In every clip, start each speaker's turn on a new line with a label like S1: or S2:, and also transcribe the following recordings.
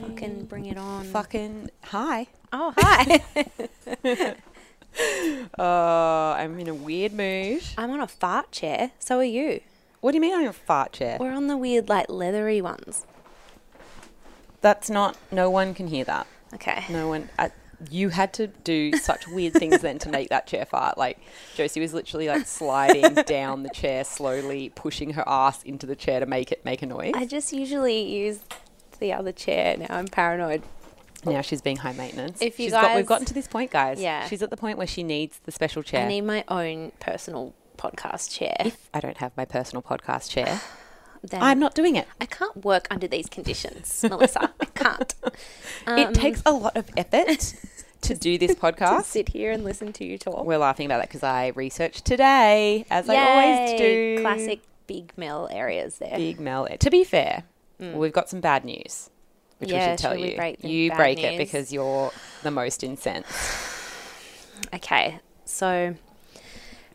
S1: fucking bring it on.
S2: Fucking hi.
S1: Oh, hi.
S2: Uh, I'm in a weird mood.
S1: I'm on a fart chair. So are you.
S2: What do you mean on your fart chair?
S1: We're on the weird, like, leathery ones.
S2: That's not. No one can hear that.
S1: Okay.
S2: No one. I, you had to do such weird things then to make that chair fart. Like Josie was literally like sliding down the chair slowly, pushing her ass into the chair to make it make a noise.
S1: I just usually use the other chair now. I'm paranoid.
S2: now she's being high maintenance.
S1: If you
S2: She's got-
S1: guys-
S2: we've gotten to this point, guys.
S1: Yeah.
S2: She's at the point where she needs the special chair.
S1: I need my own personal podcast chair.
S2: I don't have my personal podcast chair.
S1: Then
S2: I'm not doing it.
S1: I can't work under these conditions, Melissa. I can't. Um,
S2: it takes a lot of effort to do this
S1: to
S2: podcast.
S1: sit here and listen to you talk.
S2: We're laughing about that because I researched today, as I always
S1: Yay.
S2: do.
S1: Classic big male areas there.
S2: Big Mel. To be fair, we've got some bad news, which we
S1: Mm. Yeah,
S2: should tell
S1: shall we
S2: you.
S1: break the
S2: you
S1: bad
S2: break it
S1: news?
S2: because you're the most incensed.
S1: Okay, so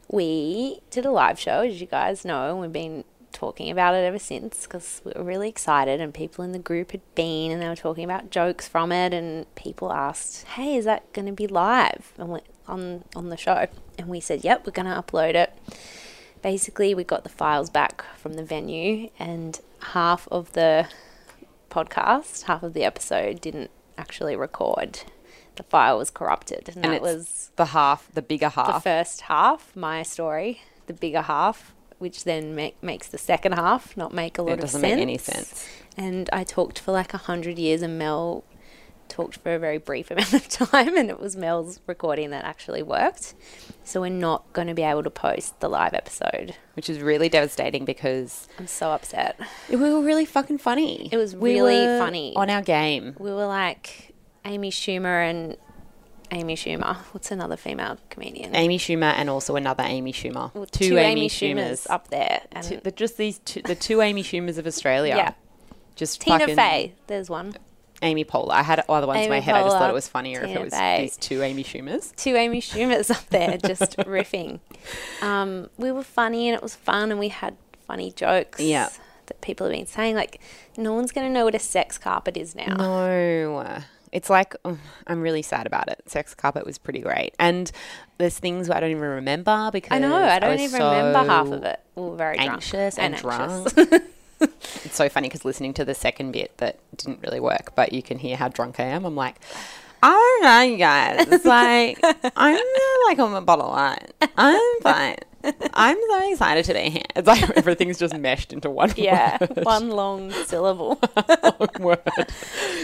S1: we did a live show, as you guys know, and we've been talking about it ever since because we were really excited, and people in the group had been and they were talking about jokes from it, and people asked, "Hey, is that going to be live and we, on on the show?" And we said, "Yep, we're going to upload it." Basically, we got the files back from the venue, and half of the podcast, half of the episode, didn't actually record. The file was corrupted, and,
S2: And
S1: that
S2: it's
S1: was
S2: the half, the bigger
S1: the
S2: half.
S1: first half, my story, the bigger half, which then make, makes the second half not make a
S2: It
S1: lot of
S2: doesn't
S1: sense.
S2: make any sense.
S1: And I talked for like a hundred years, and Mel talked for a very brief amount of time, and it was Mel's recording that actually worked. So we're not going to be able to post the live episode.
S2: which is really devastating because
S1: I'm so upset.
S2: we were really fucking funny.
S1: It was
S2: We
S1: really
S2: were
S1: funny.
S2: on our game.
S1: We were like Amy Schumer and Amy Schumer. What's another female comedian?
S2: Amy Schumer and also another Amy Schumer.
S1: Well,
S2: two, Amy, Schumers.
S1: up there, and
S2: Two- the, just these two, the two Amy Schumers of Australia.
S1: Yeah.
S2: Just
S1: Tina
S2: fucking
S1: Fey. There's one.
S2: Amy Poehler. I had other ones in my
S1: Amy
S2: head. I just thought
S1: Poehler,
S2: it was funnier if
S1: Tina
S2: it was
S1: Fey.
S2: these two Amy Schumers.
S1: two Amy Schumers up there just riffing. Um, we were funny and it was fun and we had funny jokes.
S2: Yeah.
S1: That people have been saying like, no one's gonna know what a sex carpet is now.
S2: No. It's like, ugh, I'm really sad about it. Sex Carpet was pretty great. And there's things I don't even remember because
S1: I know. I don't
S2: was
S1: even remember half
S2: so
S1: of it. We were very drunk
S2: Anxious and,
S1: anxious.
S2: drunk. it's so funny because listening to the second bit that didn't really work, but you can hear how drunk I am. I'm like, I don't know, you guys. It's like, I'm uh, like on a bottle of wine. I'm fine. I'm so excited today. It's like everything's just meshed into one
S1: yeah.
S2: word.
S1: One long syllable.
S2: word.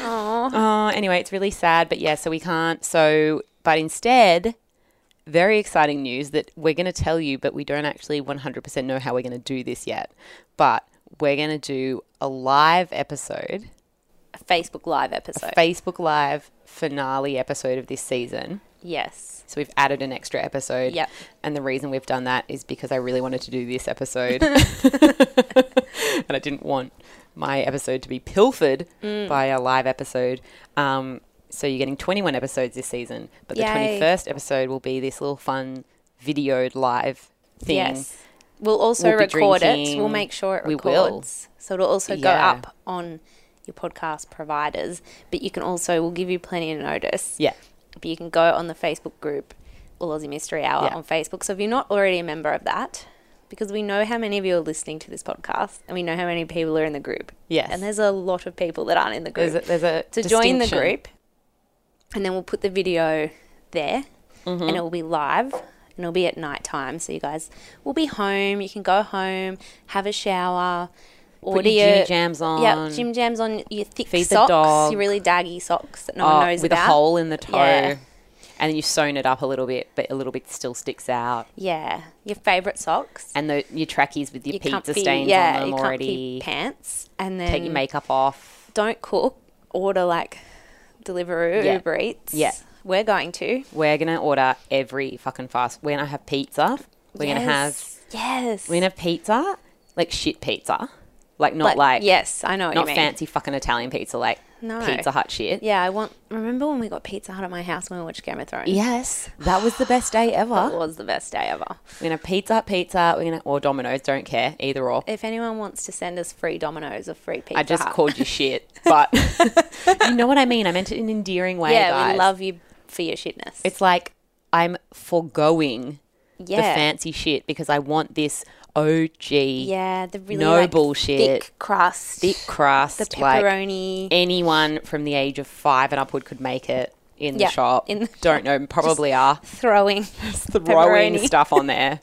S2: Oh, anyway, it's really sad, but yeah, so we can't. So, but instead, very exciting news that we're going to tell you, but we don't actually 100% know how we're going to do this yet. But we're going to do a live episode,
S1: A Facebook Live episode.
S2: Facebook Live finale episode of this season.
S1: yes.
S2: So we've added an extra episode.
S1: Yep.
S2: And the reason we've done that is because I really wanted to do this episode. and I didn't want my episode to be pilfered
S1: Mm.
S2: by a live episode. Um, so you're getting 21 episodes this season, but the
S1: Yay.
S2: 21st episode will be this little fun videoed live thing.
S1: Yes. We'll also
S2: We'll be
S1: record it. We'll
S2: drinking.
S1: make sure it
S2: We will.
S1: records. So it'll also go
S2: Yeah.
S1: up on your podcast providers, but you can also we'll give you plenty of notice.
S2: Yeah.
S1: But you can go on the Facebook group, All Aussie Mystery Hour
S2: Yeah.
S1: on Facebook. So if you're not already a member of that, because we know how many of you are listening to this podcast and we know how many people are in the group.
S2: Yes.
S1: And there's a lot of people that aren't in the group.
S2: There's a, there's a
S1: so join the
S2: distinction.
S1: group and then we'll put the video there
S2: Mm-hmm.
S1: and it will be live and it'll be at night time. So you guys will be home. You can go home, have a shower,
S2: Put
S1: order
S2: your
S1: your
S2: jimmy jams on.
S1: yeah, gym jams on your thick
S2: Feed the
S1: socks,
S2: dog.
S1: your really daggy socks that no
S2: Oh,
S1: one knows
S2: with
S1: about.
S2: a hole in the toe.
S1: Yeah.
S2: And then you sewn it up a little bit, but a little bit still sticks out.
S1: Yeah, your favorite socks,
S2: and the, your trackies with your,
S1: your
S2: pizza
S1: comfy,
S2: stains
S1: yeah,
S2: on
S1: your
S2: them
S1: comfy
S2: already.
S1: pants, and then
S2: Take your makeup off.
S1: don't cook. Order like Deliveroo,
S2: Yeah.
S1: Uber Eats.
S2: Yeah.
S1: we're going to.
S2: We're gonna order every fucking fast. We're gonna have pizza. We're gonna have
S1: Yes.
S2: we're gonna have pizza like shit pizza. Like not like,
S1: yes, I know what you
S2: not
S1: mean.
S2: fancy fucking Italian pizza, like
S1: No.
S2: Pizza Hut shit.
S1: Yeah, I want. Remember when we got Pizza Hut at my house when we watched Game of Thrones?
S2: Yes, that was the best day
S1: That
S2: ever.
S1: was the best day ever.
S2: We're gonna Pizza Hut pizza. We're gonna or Domino's. Don't care either or.
S1: If anyone wants to send us free Dominoes or free Pizza
S2: I just
S1: Hut,
S2: called you shit, but you know what I mean. I meant it in an endearing way,
S1: Yeah,
S2: guys.
S1: we love you for your shitness.
S2: It's like I'm foregoing
S1: yeah,
S2: the fancy shit because I want this OG
S1: yeah, the really
S2: No
S1: like,
S2: bullshit.
S1: thick crust,
S2: thick crust.
S1: the
S2: Like
S1: pepperoni.
S2: anyone from the age of five and upward could make it in
S1: Yeah,
S2: the shop.
S1: in the
S2: Don't know. Probably are
S1: throwing
S2: throwing
S1: pepperoni.
S2: stuff on there,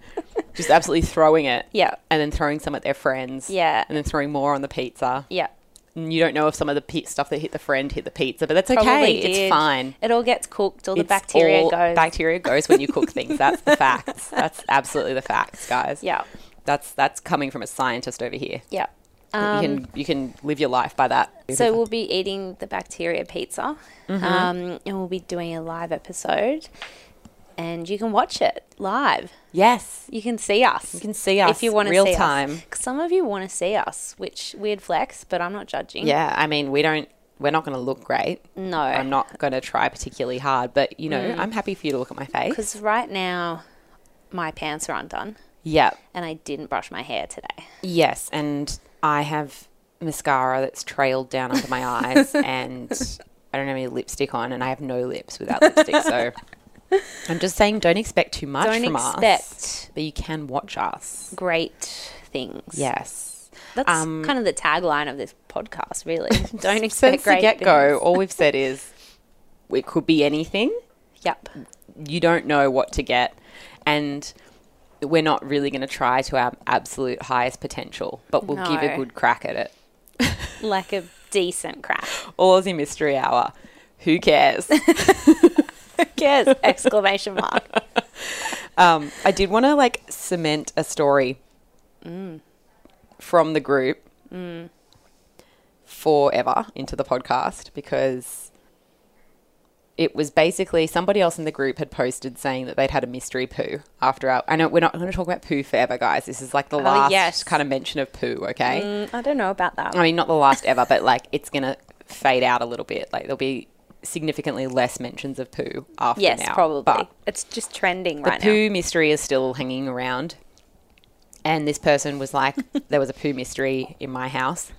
S2: just absolutely throwing it.
S1: Yeah.
S2: and then throwing some at their friends.
S1: Yeah.
S2: and then throwing more on the pizza.
S1: Yeah.
S2: And you don't know if some of the pe- stuff that hit the friend hit the pizza, but that's okay.
S1: Probably
S2: It's
S1: did.
S2: fine.
S1: It all gets cooked, all the
S2: It's
S1: bacteria
S2: all-
S1: goes.
S2: Bacteria goes when you cook things. That's the facts. That's absolutely the facts, guys.
S1: Yeah.
S2: That's that's coming from a scientist over here.
S1: Yeah.
S2: you can you can live your life by that.
S1: Um, So we'll be eating the bacteria pizza,
S2: Mm-hmm.
S1: um, and we'll be doing a live episode, and you can watch it live.
S2: yes,
S1: You can see us.
S2: you can see us
S1: if you want to
S2: real
S1: see
S2: time.
S1: Us. 'Cause Some of you want to see us, which weird flex, but I'm not judging.
S2: Yeah, I mean we don't we're not going to look great.
S1: No.
S2: I'm not going to try particularly hard, but you know
S1: Mm.
S2: I'm happy for you to look at my face.
S1: Because right now, my pants are undone,
S2: Yeah.
S1: and I didn't brush my hair today.
S2: Yes, and I have mascara that's trailed down under my eyes, and I don't have any lipstick on, and I have no lips without lipstick. So I'm just saying, don't expect too much
S1: Don't
S2: from us.
S1: expect
S2: But you can watch us.
S1: great things.
S2: Yes.
S1: That's
S2: Um,
S1: kind of the tagline of this podcast, really. Don't expect
S2: Since
S1: great
S2: the get go,
S1: things.
S2: all we've said is it could be anything.
S1: Yep.
S2: You don't know what to get, and we're not really going to try to our absolute highest potential, but we'll give a
S1: No.
S2: good crack at it.
S1: Like a decent crack.
S2: All Aussie Mystery Hour. Who cares?
S1: Yes! Exclamation mark.
S2: Um, I did want to like cement a story from the group forever into the podcast because it was basically somebody else in the group had posted saying that they'd had a mystery poo after our. I know we're not going to talk about poo forever, guys. This is like the last
S1: Oh, yes.
S2: kind of mention of poo, okay?
S1: Mm, I don't know about that.
S2: I mean, not the last ever, but like it's going to fade out a little bit. Like there'll be significantly less mentions of poo after
S1: yes,
S2: now.
S1: probably.
S2: But
S1: it's just trending
S2: the
S1: right now.
S2: poo mystery is still hanging around. And this person was like, there was a poo mystery in my house.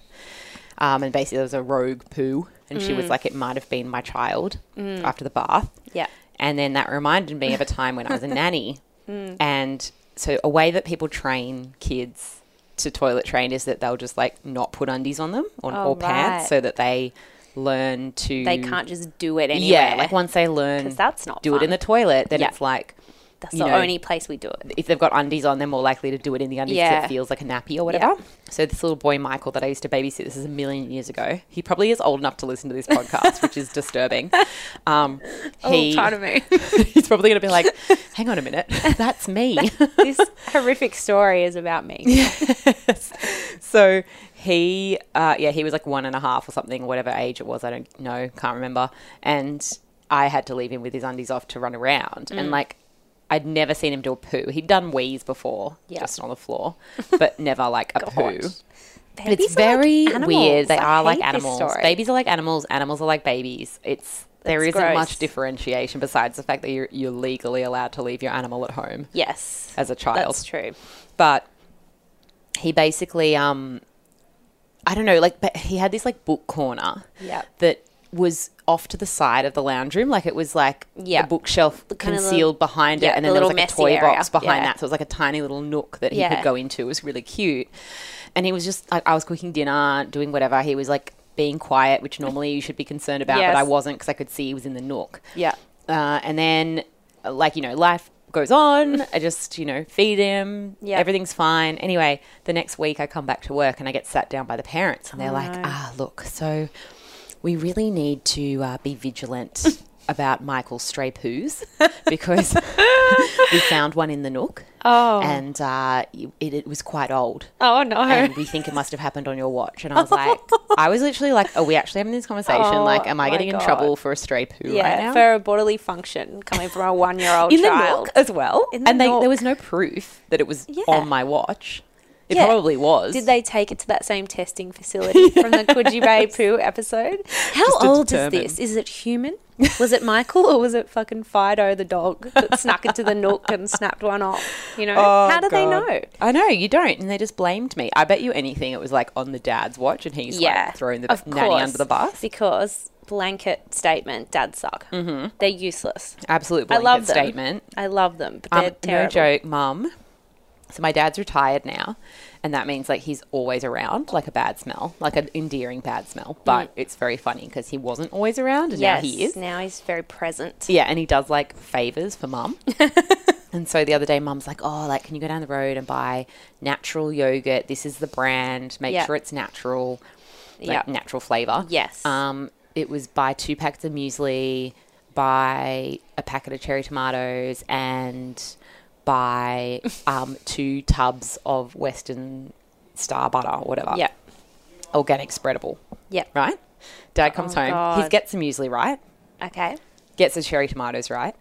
S2: Um, and basically, there was a rogue poo. And she was like, it might have been my child after the bath.
S1: Mm. Yeah.
S2: And then that reminded me of a time when I was a nanny.
S1: Mm.
S2: And so, a way that people train kids to toilet train is that they'll just like not put undies on them or,
S1: Oh,
S2: or pants
S1: right.
S2: so that they learn to.
S1: They can't just do it anywhere.
S2: Yeah, like once they learn
S1: 'Cause that's not
S2: do it in
S1: fun.
S2: the toilet, then
S1: Yeah.
S2: it's like
S1: That's
S2: you
S1: the
S2: know,
S1: only place we do it.
S2: if they've got undies on, they're more likely to do it in the undies 'cause
S1: Yeah.
S2: it feels like a nappy or whatever.
S1: Yeah.
S2: So this little boy Michael that I used to babysit, this is a million years ago. He probably is old enough to listen to this podcast, which is disturbing. Um,
S1: Oh,
S2: he,
S1: move.
S2: he's probably going to be like, "Hang on a minute, that's me."
S1: this horrific story is about me.
S2: so he, uh, yeah, he was like one and a half or something, whatever age it was. I don't know, can't remember. And I had to leave him with his undies off to run around.
S1: Mm.
S2: And like, I'd never seen him do a poo. He'd done wheeze before,
S1: Yeah.
S2: just on the floor, but never like a poo.
S1: Babies
S2: it's
S1: are like
S2: very
S1: animals.
S2: weird. They
S1: I
S2: are like
S1: hate this
S2: animals.
S1: story.
S2: Babies are like animals. Animals are like babies. It's there
S1: That's
S2: isn't much
S1: gross.
S2: differentiation besides the fact that you're, you're legally allowed to leave your animal at home
S1: Yes.
S2: as a child
S1: That's true.
S2: but he basically um i don't know like but he had this like book corner
S1: Yep.
S2: that was off to the side of the lounge room like it was like
S1: Yeah.
S2: a bookshelf
S1: kind of the-
S2: concealed behind
S1: yeah,
S2: it and
S1: the
S2: then there was
S1: little
S2: like a
S1: messy
S2: toy box
S1: area.
S2: behind
S1: Yeah.
S2: that so it was like a tiny little nook that he
S1: Yeah.
S2: could go into it was really cute and he was just like i was cooking dinner doing whatever he was like being quiet which normally you should be concerned about
S1: Yes.
S2: but i wasn't because i could see he was in the nook
S1: Yeah.
S2: uh, and then, uh, like, you know, life goes on. I just, you know, feed him.
S1: Yeah.
S2: Everything's fine. Anyway, the next week I come back to work and I get sat down by the parents and they're like,
S1: Oh, no.
S2: ah, look, so we really need to uh, be vigilant about Michael's stray poos because we found one in the nook.
S1: Oh.
S2: And uh, it, it was quite old
S1: Oh no.
S2: and we think it must have happened on your watch. And I was like, I was literally like, are we actually having this conversation?
S1: Oh,
S2: like, am I
S1: my
S2: getting in
S1: God.
S2: trouble for a stray poo
S1: yeah,
S2: right now?
S1: for a bodily function coming from a one-year-old
S2: in the
S1: child.
S2: milk as well.
S1: In the
S2: and they, there
S1: milk.
S2: was no proof that it was
S1: Yeah.
S2: on my watch. It
S1: Yeah.
S2: probably was.
S1: Did they take it to that same testing facility from the Coogee Bay poo episode? How
S2: Just to
S1: old
S2: determine.
S1: is this? Is it human? Was it Michael or was it fucking Fido the dog that snuck into the nook and snapped one off? You know,
S2: Oh,
S1: how do they
S2: God.
S1: know?
S2: I know you don't, and they just blamed me. I bet you anything it was like on the dad's watch, and he's
S1: Yeah,
S2: like throwing the
S1: of
S2: nanny
S1: course.
S2: under the bus.
S1: Because blanket statement, dads suck. Mm-hmm. They're useless.
S2: Absolute
S1: I
S2: blanket
S1: love them.
S2: statement.
S1: I love them, but
S2: Um,
S1: they're
S2: no
S1: terrible.
S2: joke, mum. So my dad's retired now, and that means like he's always around, like a bad smell, like an endearing bad smell. But it's very funny because he wasn't always around, and
S1: Mm. Yes,
S2: now he is.
S1: now he's very present.
S2: Yeah, and he does like favors for mum. and so the other day, mum's like, "Oh, like, can you go down the road and buy natural yogurt? This is the brand. Make
S1: Yeah.
S2: sure it's natural, like
S1: Yeah.
S2: natural flavor."
S1: Yes.
S2: Um, it was buy two packets of muesli, buy a packet of cherry tomatoes, and buy um, two tubs of Western Star butter, or whatever.
S1: Yeah.
S2: Organic spreadable,
S1: Yeah.
S2: right? Dad comes
S1: Oh,
S2: home. He
S1: God.
S2: gets the muesli right
S1: Okay.
S2: gets the cherry tomatoes right,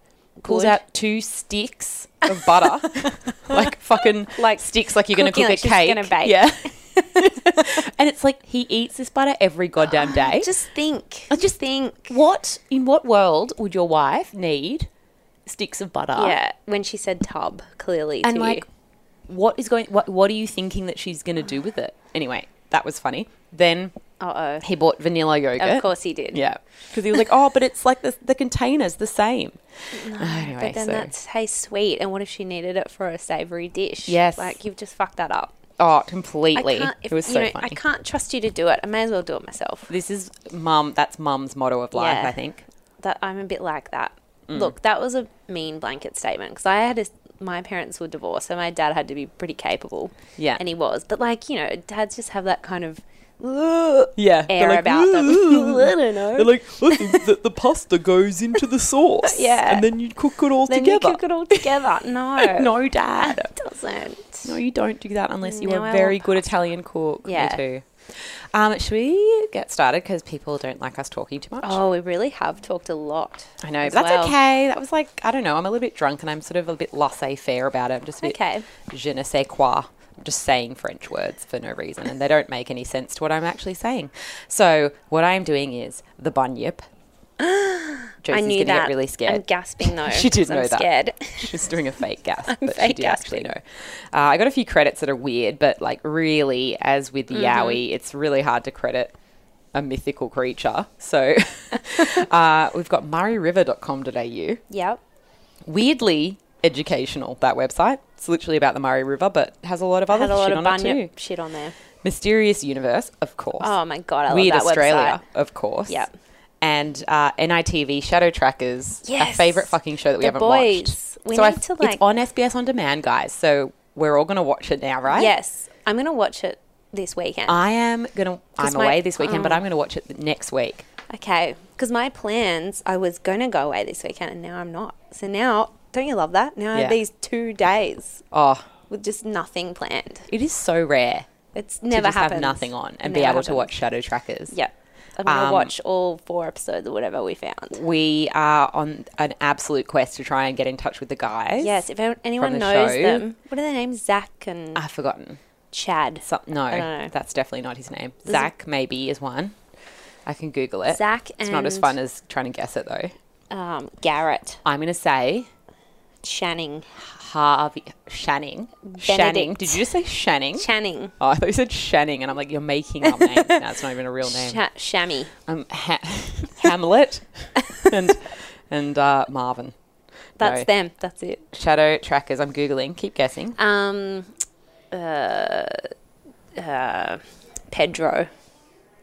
S2: pulls
S1: Good.
S2: out two sticks of butter, like fucking like
S1: Like
S2: sticks, like you're gonna
S1: cooking
S2: cook a
S1: like she's
S2: cake.
S1: gonna bake.
S2: Yeah, and it's like he eats this butter every goddamn day.
S1: Just think.
S2: I just
S1: think.
S2: what in what world would your wife need sticks of butter?
S1: Yeah. When she said tub, clearly.
S2: and
S1: to
S2: like,
S1: you.
S2: what is going? What What are you thinking that she's gonna do with it? Anyway, that was funny. Then
S1: Uh oh.
S2: he bought vanilla yogurt.
S1: Of course he did.
S2: Yeah, because he was like, "Oh, but it's like the, the container's the same." anyway,
S1: But then
S2: so-
S1: that's hey sweet, and what if she needed it for a savory dish?
S2: Yes.
S1: like you've just fucked that up.
S2: Oh,
S1: I
S2: completely.
S1: can't. If,
S2: it was
S1: you
S2: so
S1: know,
S2: funny.
S1: I can't trust you to do it. I may as well do it myself.
S2: This is mum. That's mum's motto of life,
S1: Yeah.
S2: I think.
S1: That I'm a bit like that.
S2: Mm.
S1: Look, that was a mean blanket statement because I had a, my parents were divorced, so my dad had to be pretty capable.
S2: Yeah.
S1: and he was, but like you know, dads just have that kind of
S2: Yeah. they're
S1: air
S2: like,
S1: about them. I don't know.
S2: They're like, "Oh, the, the, the pasta goes into the sauce.
S1: Yeah.
S2: And then you cook it all
S1: then
S2: together.
S1: you cook it all together. No,
S2: no, dad.
S1: it doesn't.
S2: No, you don't do that unless you
S1: No,
S2: are
S1: I
S2: a very
S1: want
S2: good Italian cook.
S1: Yeah.
S2: Me too. Um, should we get started? Because people don't like us talking too much.
S1: Oh, we really have talked a lot.
S2: I know,
S1: as
S2: but that's
S1: well.
S2: okay. That was like, I don't know. I'm a little bit drunk and I'm sort of a bit laissez faire about it. I'm just a bit
S1: Okay.
S2: je ne sais quoi. I'm just saying French words for no reason and they don't make any sense to what I'm actually saying. So, what I'm doing is the bunyip. Josie's
S1: I
S2: going
S1: knew
S2: to
S1: that.
S2: get really
S1: I'm
S2: scared.
S1: gasping though.
S2: She did
S1: 'cause I'm
S2: know that.
S1: Scared.
S2: She's doing a fake gas, but she
S1: fake
S2: did actually know. Uh, I got a few credits that are weird, but like really, as with
S1: Mm-hmm.
S2: Yowie, it's really hard to credit a mythical creature. So uh, we've got murrayriver.com.au.
S1: Yep.
S2: Weirdly educational, that website. It's literally about the Murray River, but has a lot of other
S1: Had a lot
S2: Oh, shit
S1: of
S2: on it too.
S1: bunyip shit on there.
S2: Mysterious Universe, of course.
S1: Oh my god, I
S2: Weird
S1: love that
S2: Australia,
S1: website.
S2: of course.
S1: Yep.
S2: And uh, NITV Shadow Trackers, a
S1: Yes.
S2: favorite fucking show that we
S1: The
S2: haven't
S1: boys.
S2: watched.
S1: We
S2: so I
S1: need to,
S2: it's
S1: like-
S2: on SBS on demand, guys. So we're all gonna watch it now, right? Uh.
S1: Yes, I'm gonna watch it this weekend.
S2: I am gonna. I'm
S1: 'Cause my-
S2: away this weekend, but
S1: oh.
S2: I'm gonna watch it th- next week.
S1: okay, because my plans, I was gonna go away this weekend, and now I'm not. So now, don't you love that? Now I
S2: Yeah.
S1: have these two days
S2: Oh,
S1: with just nothing planned.
S2: it is so rare
S1: It's never
S2: to just
S1: happens.
S2: have nothing on and be able
S1: Never
S2: to
S1: happens.
S2: watch Shadow Trackers.
S1: Yep. I'm gonna
S2: Um,
S1: watch all four episodes or whatever we found.
S2: We are on an absolute quest to try and get in touch with the guys.
S1: Yes, if anyone- anyone
S2: the
S1: knows
S2: show. Ah.
S1: them, what are their names? Zach and
S2: I've forgotten.
S1: Chad.
S2: Some, no,
S1: don't know.
S2: that's definitely not his name. Zach maybe is one. I can Google it.
S1: Zach
S2: It's not as
S1: and-
S2: fun as trying to guess it though.
S1: um, Garrett,
S2: I'm gonna say
S1: Channing,
S2: Harvey Shanning. Shanning.
S1: Benedict.
S2: Did you just say Shanning?
S1: Channing,
S2: oh, I thought you said Shanning, and I'm like, you're making up names. now. It's not even a real name.
S1: Sha- Shammy.
S2: um, ha- Hamlet and and uh, Marvin.
S1: That's
S2: No.
S1: them. That's it.
S2: Shadow trackers. I'm googling. Keep guessing.
S1: Um, uh, uh, Pedro.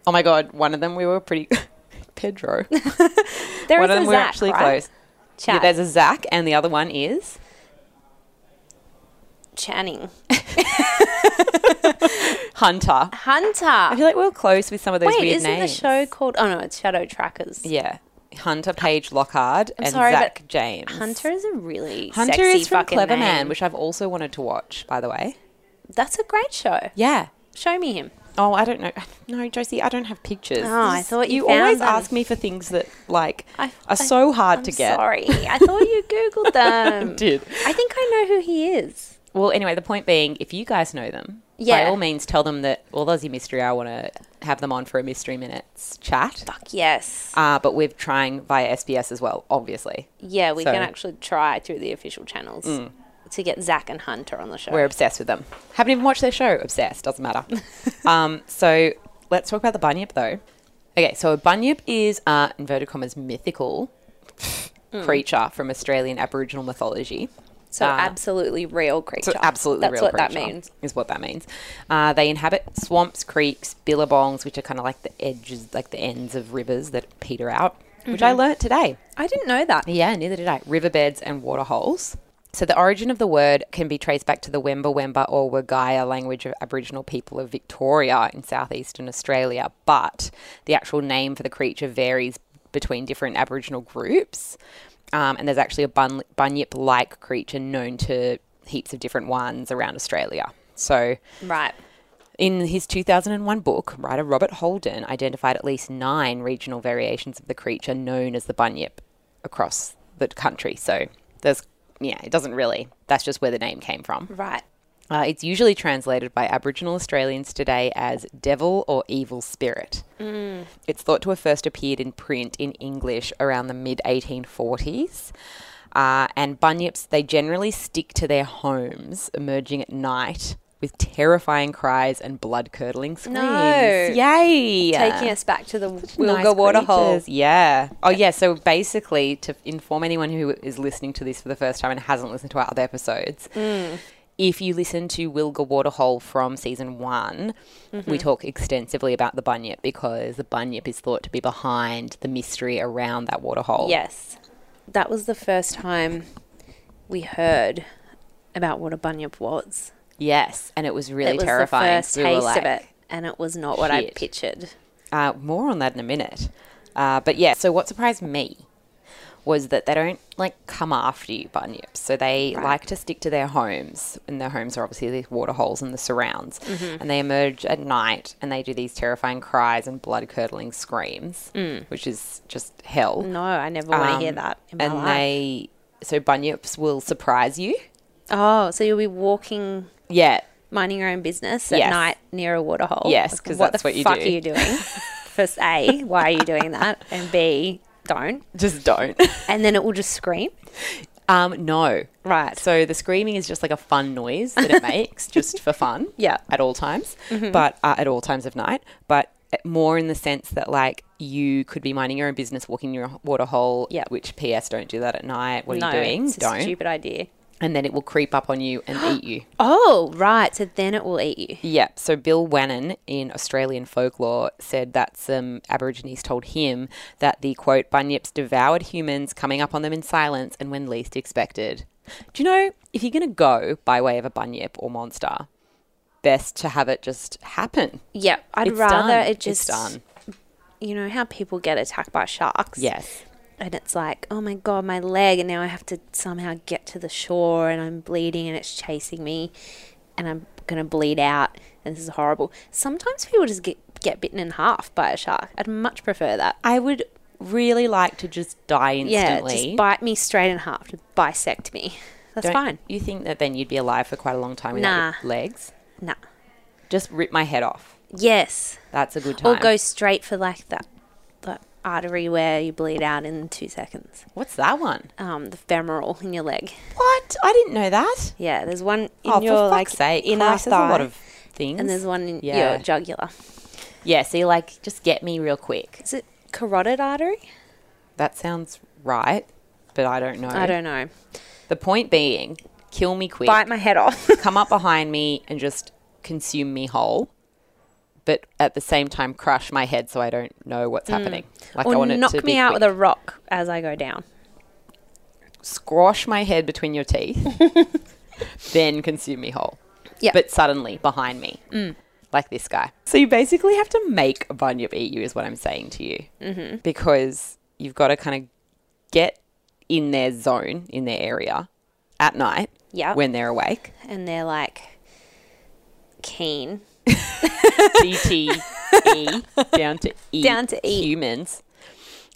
S2: Oh my god, one of them we were pretty. Pedro.
S1: There
S2: one of them
S1: is a
S2: we were
S1: Zach,
S2: actually
S1: right?
S2: close. Yeah,
S1: Chad.
S2: there's a Zach, and the other one is.
S1: Channing.
S2: Hunter. I
S1: Hunter.
S2: feel like we are close with some of those
S1: Wait,
S2: weird
S1: isn't
S2: names.
S1: the show called? Oh no, it's Shadow Trackers.
S2: Yeah, Hunter Page Lockhart and
S1: sorry, but
S2: Zach James.
S1: Hunter is a really
S2: Hunter
S1: sexy
S2: is from
S1: fucking
S2: Clever
S1: name.
S2: Man, which I've also wanted to watch, by the way.
S1: That's a great show.
S2: Yeah.
S1: Show me him.
S2: Oh, I don't know. No, Josie, I don't have pictures.
S1: Oh, I
S2: This-
S1: thought you
S2: always
S1: found them.
S2: ask me for things that like
S1: I-
S2: are so hard to
S1: I'm
S2: get.
S1: Sorry, I thought you googled them.
S2: Did.
S1: I think I know who he is.
S2: Well, anyway, the point being, if you guys know them, by
S1: Yeah.
S2: all means, tell them that all Aussie Mystery Hour want to have them on for a Mystery Minutes chat.
S1: Fuck yes.
S2: Uh, but we're trying via SBS as well, obviously.
S1: Yeah, we
S2: so- Mm.
S1: can actually try through the official channels to get Zach and Hunter on the show.
S2: We're obsessed with them. Haven't even watched their show. Obsessed. Doesn't matter. um, so let's talk about the bunyip though. Okay, so a bunyip is uh, inverted commas mythical
S1: Mm.
S2: creature from Australian Aboriginal mythology.
S1: so
S2: uh,
S1: absolutely real creature.
S2: So absolutely
S1: That's
S2: real
S1: what that
S2: creature
S1: means.
S2: Is what that means. Uh, they inhabit swamps, creeks, billabongs, which are kind of like the edges, like the ends of rivers that peter out. Which
S1: Mm-hmm.
S2: I learnt today.
S1: I didn't know that.
S2: Yeah, neither did I. Riverbeds and waterholes. So the origin of the word can be traced back to the Wemba Wemba or Wagaya language of Aboriginal people of Victoria in southeastern Australia, but the actual name for the creature varies between different Aboriginal groups. Um, and there's actually a bun- bunyip-like creature known to heaps of different ones around Australia. So
S1: Right.
S2: in his 2001 book, writer Robert Holden identified at least nine regional variations of the creature known as the bunyip across the country. So there's, yeah, it doesn't really, that's just where the name came from.
S1: Right.
S2: Uh, it's usually translated by Aboriginal Australians today as devil or evil spirit. It's thought to have first appeared in print in English around the mid 1840s. Uh, and bunyips, they generally stick to their homes, emerging at night with terrifying cries and blood curdling screams.
S1: No.
S2: Yay!
S1: Taking us back to the
S2: Nice
S1: Wilga waterhole.
S2: creatures, Yeah. Oh, yeah. So basically, to inform anyone who is listening to this for the first time and hasn't listened to our other episodes,
S1: Mm.
S2: if you listen to Wilga Waterhole from season one,
S1: Mm-hmm.
S2: we talk extensively about the bunyip because the bunyip is thought to be behind the mystery around that waterhole.
S1: Yes. That was the first time we heard about what a bunyip was.
S2: Yes. And it was really
S1: it was
S2: terrifying.
S1: the first
S2: We were
S1: taste
S2: like,
S1: of it, and it was not what I
S2: "Shit."
S1: pictured.
S2: Uh, more on that in a minute. Uh, but yeah, so what surprised me was that they don't like come after you, bunyips. So they like to stick to their homes, and their homes are obviously these waterholes and the surrounds.
S1: Mm-hmm.
S2: And they emerge at night, and they do these terrifying cries and blood curdling screams, which is just hell.
S1: No, Mm. I never want to hear
S2: Um,
S1: that in my
S2: and
S1: life.
S2: they so bunyips will surprise you.
S1: Oh, so you'll be walking,
S2: Yeah,
S1: minding your own business at
S2: Yes.
S1: night near a waterhole.
S2: Yes, 'cause
S1: What
S2: that's
S1: the
S2: what you
S1: fuck
S2: do.
S1: are you doing? First, A, why are you doing that? And B, don't.
S2: just don't.
S1: And then it will just scream.
S2: um, no,
S1: Right.
S2: So the screaming is just like a fun noise that it makes just for fun.
S1: Yeah. Mm-hmm.
S2: At all times, but uh, at all times of night, but it- more in the sense that like you could be minding your own business, walking your waterhole.
S1: Yeah.
S2: Which PS don't do that at night. What
S1: no,
S2: are you doing?
S1: it's a
S2: don't.
S1: stupid idea.
S2: And then it will creep up on you and eat you.
S1: Oh, right. So then it will eat you.
S2: Yeah. So Bill Wannon in Australian folklore said that some Aborigines told him that the quote bunyips devoured humans, coming up on them in silence and when least expected. Do you know if you're going to go by way of a bunyip or monster, best to have it just happen.
S1: Yeah, I'd
S2: It's
S1: rather
S2: done.
S1: it
S2: It's
S1: just.
S2: done.
S1: You know how people get attacked by sharks?
S2: Yes.
S1: and it's like, oh my god, my leg, and now I have to somehow get to the shore, and I'm bleeding, and it's chasing me, and I'm gonna bleed out, and this is horrible. Sometimes people just get get bitten in half by a shark. I'd much prefer that.
S2: I would really like to just die
S1: Yeah,
S2: instantly.
S1: just bite me straight in half, just bisect me. That's
S2: Don't
S1: fine.
S2: You think that then you'd be alive for quite a long time without your
S1: Nah.
S2: legs?
S1: Nah.
S2: Just rip my head off.
S1: Yes,
S2: That's a good time.
S1: or go straight for like that that artery where you bleed out in two seconds.
S2: What's that one?
S1: Um, the femoral in your leg.
S2: What? I didn't know that.
S1: Yeah, there's one in
S2: oh,
S1: your
S2: for
S1: like
S2: fuck's sake.
S1: inner
S2: Christ, there's
S1: thigh.
S2: a lot of things.
S1: and there's one in
S2: Yeah.
S1: your jugular.
S2: yeah, see, like, just get me real quick.
S1: Is it carotid artery?
S2: That sounds right, but I don't know.
S1: I don't know.
S2: The point being, kill me quick,
S1: Bite my head off.
S2: come up behind me and just consume me whole, but at the same time, crush my head so I don't know what's happening. Like, I
S1: Hmm. or
S2: want it
S1: knock
S2: to
S1: me
S2: be
S1: out
S2: quick.
S1: with a rock as I go down.
S2: squash my head between your teeth, then consume me whole.
S1: Yeah. Mm.
S2: But suddenly behind me, like this guy. So you basically have to make a bunyip eat you, is what I'm saying to you. Mm-hmm. Because you've got to kind of get in their zone, in their area at night
S1: Yeah.
S2: when they're awake.
S1: And they're like keen.
S2: D T E down to eat
S1: Down to E. eat.
S2: humans.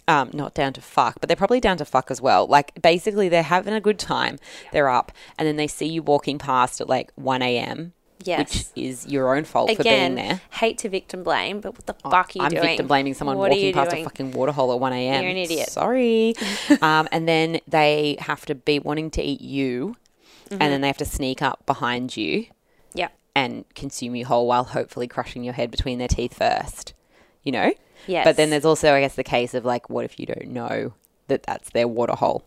S2: Um, not down to fuck, but they're probably down to fuck as well. Like basically, they're having a good time. They're up, and then they see you walking past at like one a.m.
S1: Yes.
S2: which is your own fault for being there. Oh,
S1: Again, hate to victim blame, but what the fuck are you
S2: I'm
S1: doing?
S2: victim blaming someone
S1: What are
S2: walking
S1: you
S2: past
S1: doing?
S2: a fucking waterhole at 1 a.m.
S1: You're an idiot.
S2: Sorry. um, and then they have to be wanting to eat you,
S1: Mm-hmm.
S2: and then they have to sneak up behind you
S1: Yep.
S2: and consume you whole while hopefully crushing your head between their teeth first. You know?
S1: Yes.
S2: But then there's also, I guess, the case of like, what if you don't know that that's their waterhole?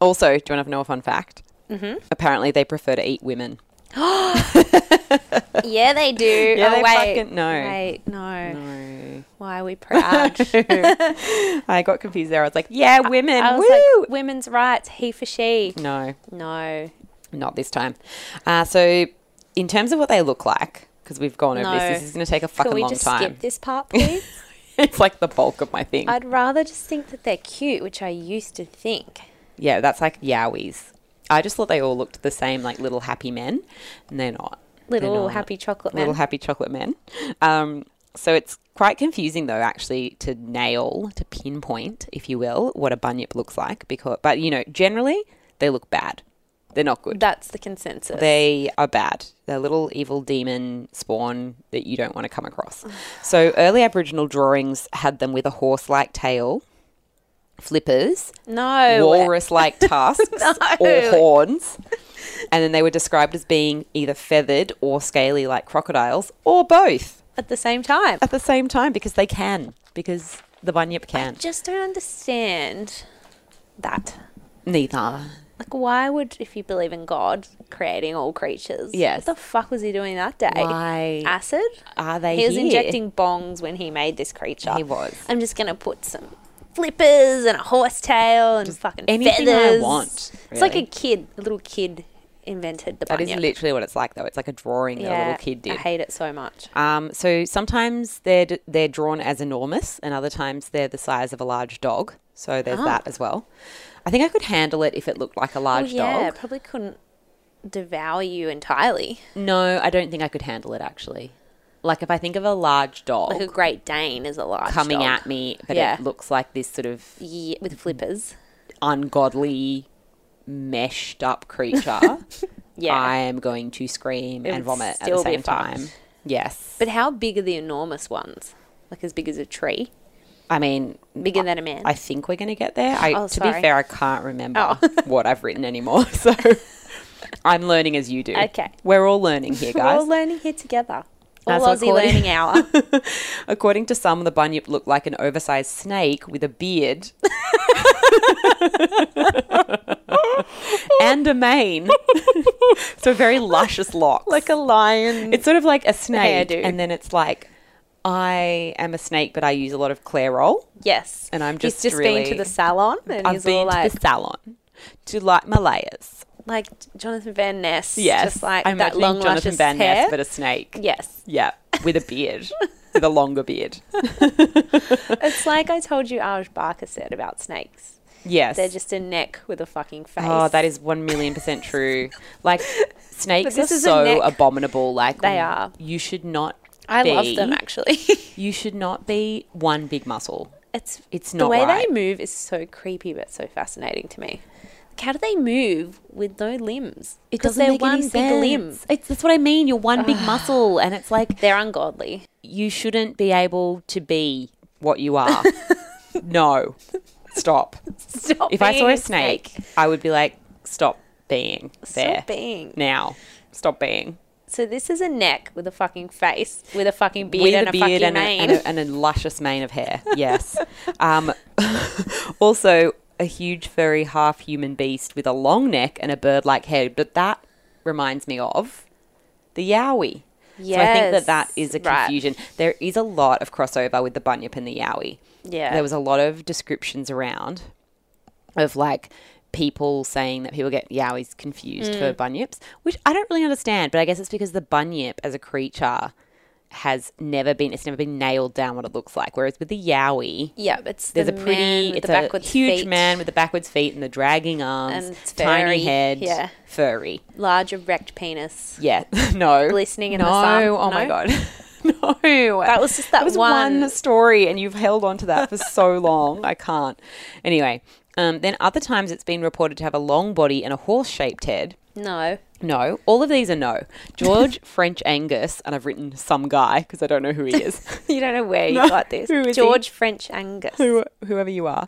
S2: Also, do you want to know a fun fact? Mm-hmm. Apparently, they prefer to eat women.
S1: yeah, they do.
S2: Yeah,
S1: oh,
S2: they
S1: wait.
S2: fucking- no.
S1: Wait, no.
S2: No.
S1: Why are we proud?
S2: I got confused there. I was like, yeah, women.
S1: I was
S2: woo!
S1: like, women's rights, he for she.
S2: no,
S1: No.
S2: not this time. Uh, so, in terms of what they look like, because we've gone over
S1: No.
S2: this, this is going to take a
S1: Can
S2: fucking
S1: we
S2: long
S1: just
S2: time.
S1: skip this part, please?
S2: it's like the bulk of my thing.
S1: I'd rather just think that they're cute, which I used to think.
S2: yeah, that's like yowies. I just thought they all looked the same, like little happy men, and they're not. They're
S1: Little
S2: not.
S1: happy chocolate man.
S2: Little happy chocolate men. Um, so it's quite confusing, though, actually, to nail, to pinpoint, if you will, what a bunyip looks like. Because, but you know, generally they look bad. They're not good.
S1: That's the consensus.
S2: They are bad. They're little evil demon spawn that you don't want to come across. So early Aboriginal drawings had them with a horse-like tail, flippers,
S1: no.
S2: walrus-like tusks or horns, and then they were described as being either feathered or scaly like crocodiles, or both
S1: At the same time.
S2: at the same time because they can because the bunyip can.
S1: Just don't understand that.
S2: Neither.
S1: Like, why would, if you believe in God, creating all creatures?
S2: Yes.
S1: What the fuck was he doing that day?
S2: Why
S1: Acid?
S2: are they?
S1: He was
S2: here?
S1: injecting bongs when he made this creature.
S2: He was.
S1: I'm just going to put some flippers and a horse tail and fucking
S2: anything I
S1: feathers.
S2: want,
S1: It's like a
S2: really.
S1: kid, a little kid invented the
S2: That is
S1: bunyip.
S2: literally what it's like, though. It's like a drawing that a little kid
S1: I
S2: did.
S1: hate it so much.
S2: Um, so sometimes they're d- they're drawn as enormous, and other times they're the size of a large dog. So there's
S1: Ah.
S2: that as well. I think I could handle it if it looked like a large
S1: Oh, yeah,
S2: dog.
S1: probably couldn't devour you entirely.
S2: No, I don't think I could handle it actually. Like if I think of a large dog
S1: Like a Great Dane is a large
S2: coming
S1: dog.
S2: at me, but
S1: Yeah.
S2: it looks like this sort of
S1: Yeah, with flippers.
S2: ungodly, meshed up creature,
S1: Yeah.
S2: I am going to scream and
S1: would
S2: vomit at the
S1: still be
S2: same
S1: fucked.
S2: time. Yes,
S1: But how big are the enormous ones? Like as big as a tree?
S2: I mean
S1: Bigger than a man?
S2: I think we're going to get there. I,
S1: Oh,
S2: to be
S1: sorry. Oh.
S2: fair, I can't remember what I've written anymore. So I'm learning as you do.
S1: Okay.
S2: We're all learning here,
S1: We're
S2: guys.
S1: all learning here together. All
S2: That's what
S1: Aussie
S2: I call it.
S1: learning hour.
S2: According to some, the bunyip looked like an oversized snake with a beard and a mane. so very luscious locks.
S1: like a lion.
S2: it's sort of like a snake,
S1: Hairdo.
S2: and then it's like, I am a snake, but I use a lot of Clairol.
S1: yes.
S2: And I'm just
S1: He's just been to
S2: really-
S1: the salon and
S2: I've
S1: he's
S2: been
S1: all like,
S2: to the salon to light my layers.
S1: like Jonathan Van Ness.
S2: Yes,
S1: Just like
S2: I'm
S1: that
S2: imagining
S1: long
S2: Jonathan
S1: luscious
S2: Van Ness,
S1: hair.
S2: but a snake.
S1: yes.
S2: Yeah, with a beard, with a longer beard.
S1: It's like I told you Arj Barker said about snakes.
S2: Yes.
S1: They're just a neck with a fucking face.
S2: oh, that is one million percent true. Like snakes
S1: this
S2: are
S1: is a
S2: so
S1: neck.
S2: abominable. Like
S1: They are.
S2: You should not.
S1: I love
S2: be-
S1: them actually.
S2: You should not be one big muscle.
S1: it's
S2: It's
S1: the
S2: not
S1: way
S2: right.
S1: they move is so creepy but so fascinating to me. Like, how do they move with no limbs? Because they're one big limb.
S2: It's, that's what I mean. You're one big muscle, and it's like
S1: They're ungodly.
S2: you shouldn't be able to be what you are. no, stop.
S1: Stop.
S2: If I saw
S1: being
S2: a snake, I would be like, stop being there
S1: Stop being.
S2: now. Stop being.
S1: So this is a neck with a fucking face, with a fucking beard
S2: With
S1: and
S2: a
S1: a,
S2: beard
S1: fucking
S2: and a,
S1: mane.
S2: and, a, and a luscious mane of hair. Yes. um, also, a huge, furry, half human beast with a long neck and a bird like head. But that reminds me of the Yowie. So I think that that
S1: Yes,
S2: is a
S1: right.
S2: confusion. There is a lot of crossover with the bunyip and the Yowie.
S1: yeah.
S2: there was a lot of descriptions around of like people saying that people get yowies confused for
S1: Mm.
S2: bunyips, which I don't really understand, but I guess it's because the bunyip as a creature has never been it's never been nailed down what it looks like. Whereas with the yowie
S1: yeah, it's
S2: there's
S1: the
S2: a pretty
S1: man with
S2: it's
S1: the
S2: a
S1: backwards
S2: huge
S1: feet,
S2: man with the backwards feet and the dragging arms,
S1: And it's furry,
S2: tiny head,
S1: yeah.
S2: furry.
S1: large erect penis.
S2: Yeah. no.
S1: Glistening in
S2: no.
S1: the sun.
S2: Oh my
S1: No?
S2: god. no.
S1: That was just that
S2: was
S1: one-
S2: story and you've held on to that for so long. I can't. Anyway, um, then other times it's been reported to have a long body and a horse shaped head.
S1: No.
S2: No, all of these are no. George French Angus, and I've written some guy because I don't know who he is.
S1: You don't know where you
S2: No.
S1: got this.
S2: Who is he?
S1: George French Angus.
S2: who, whoever you are.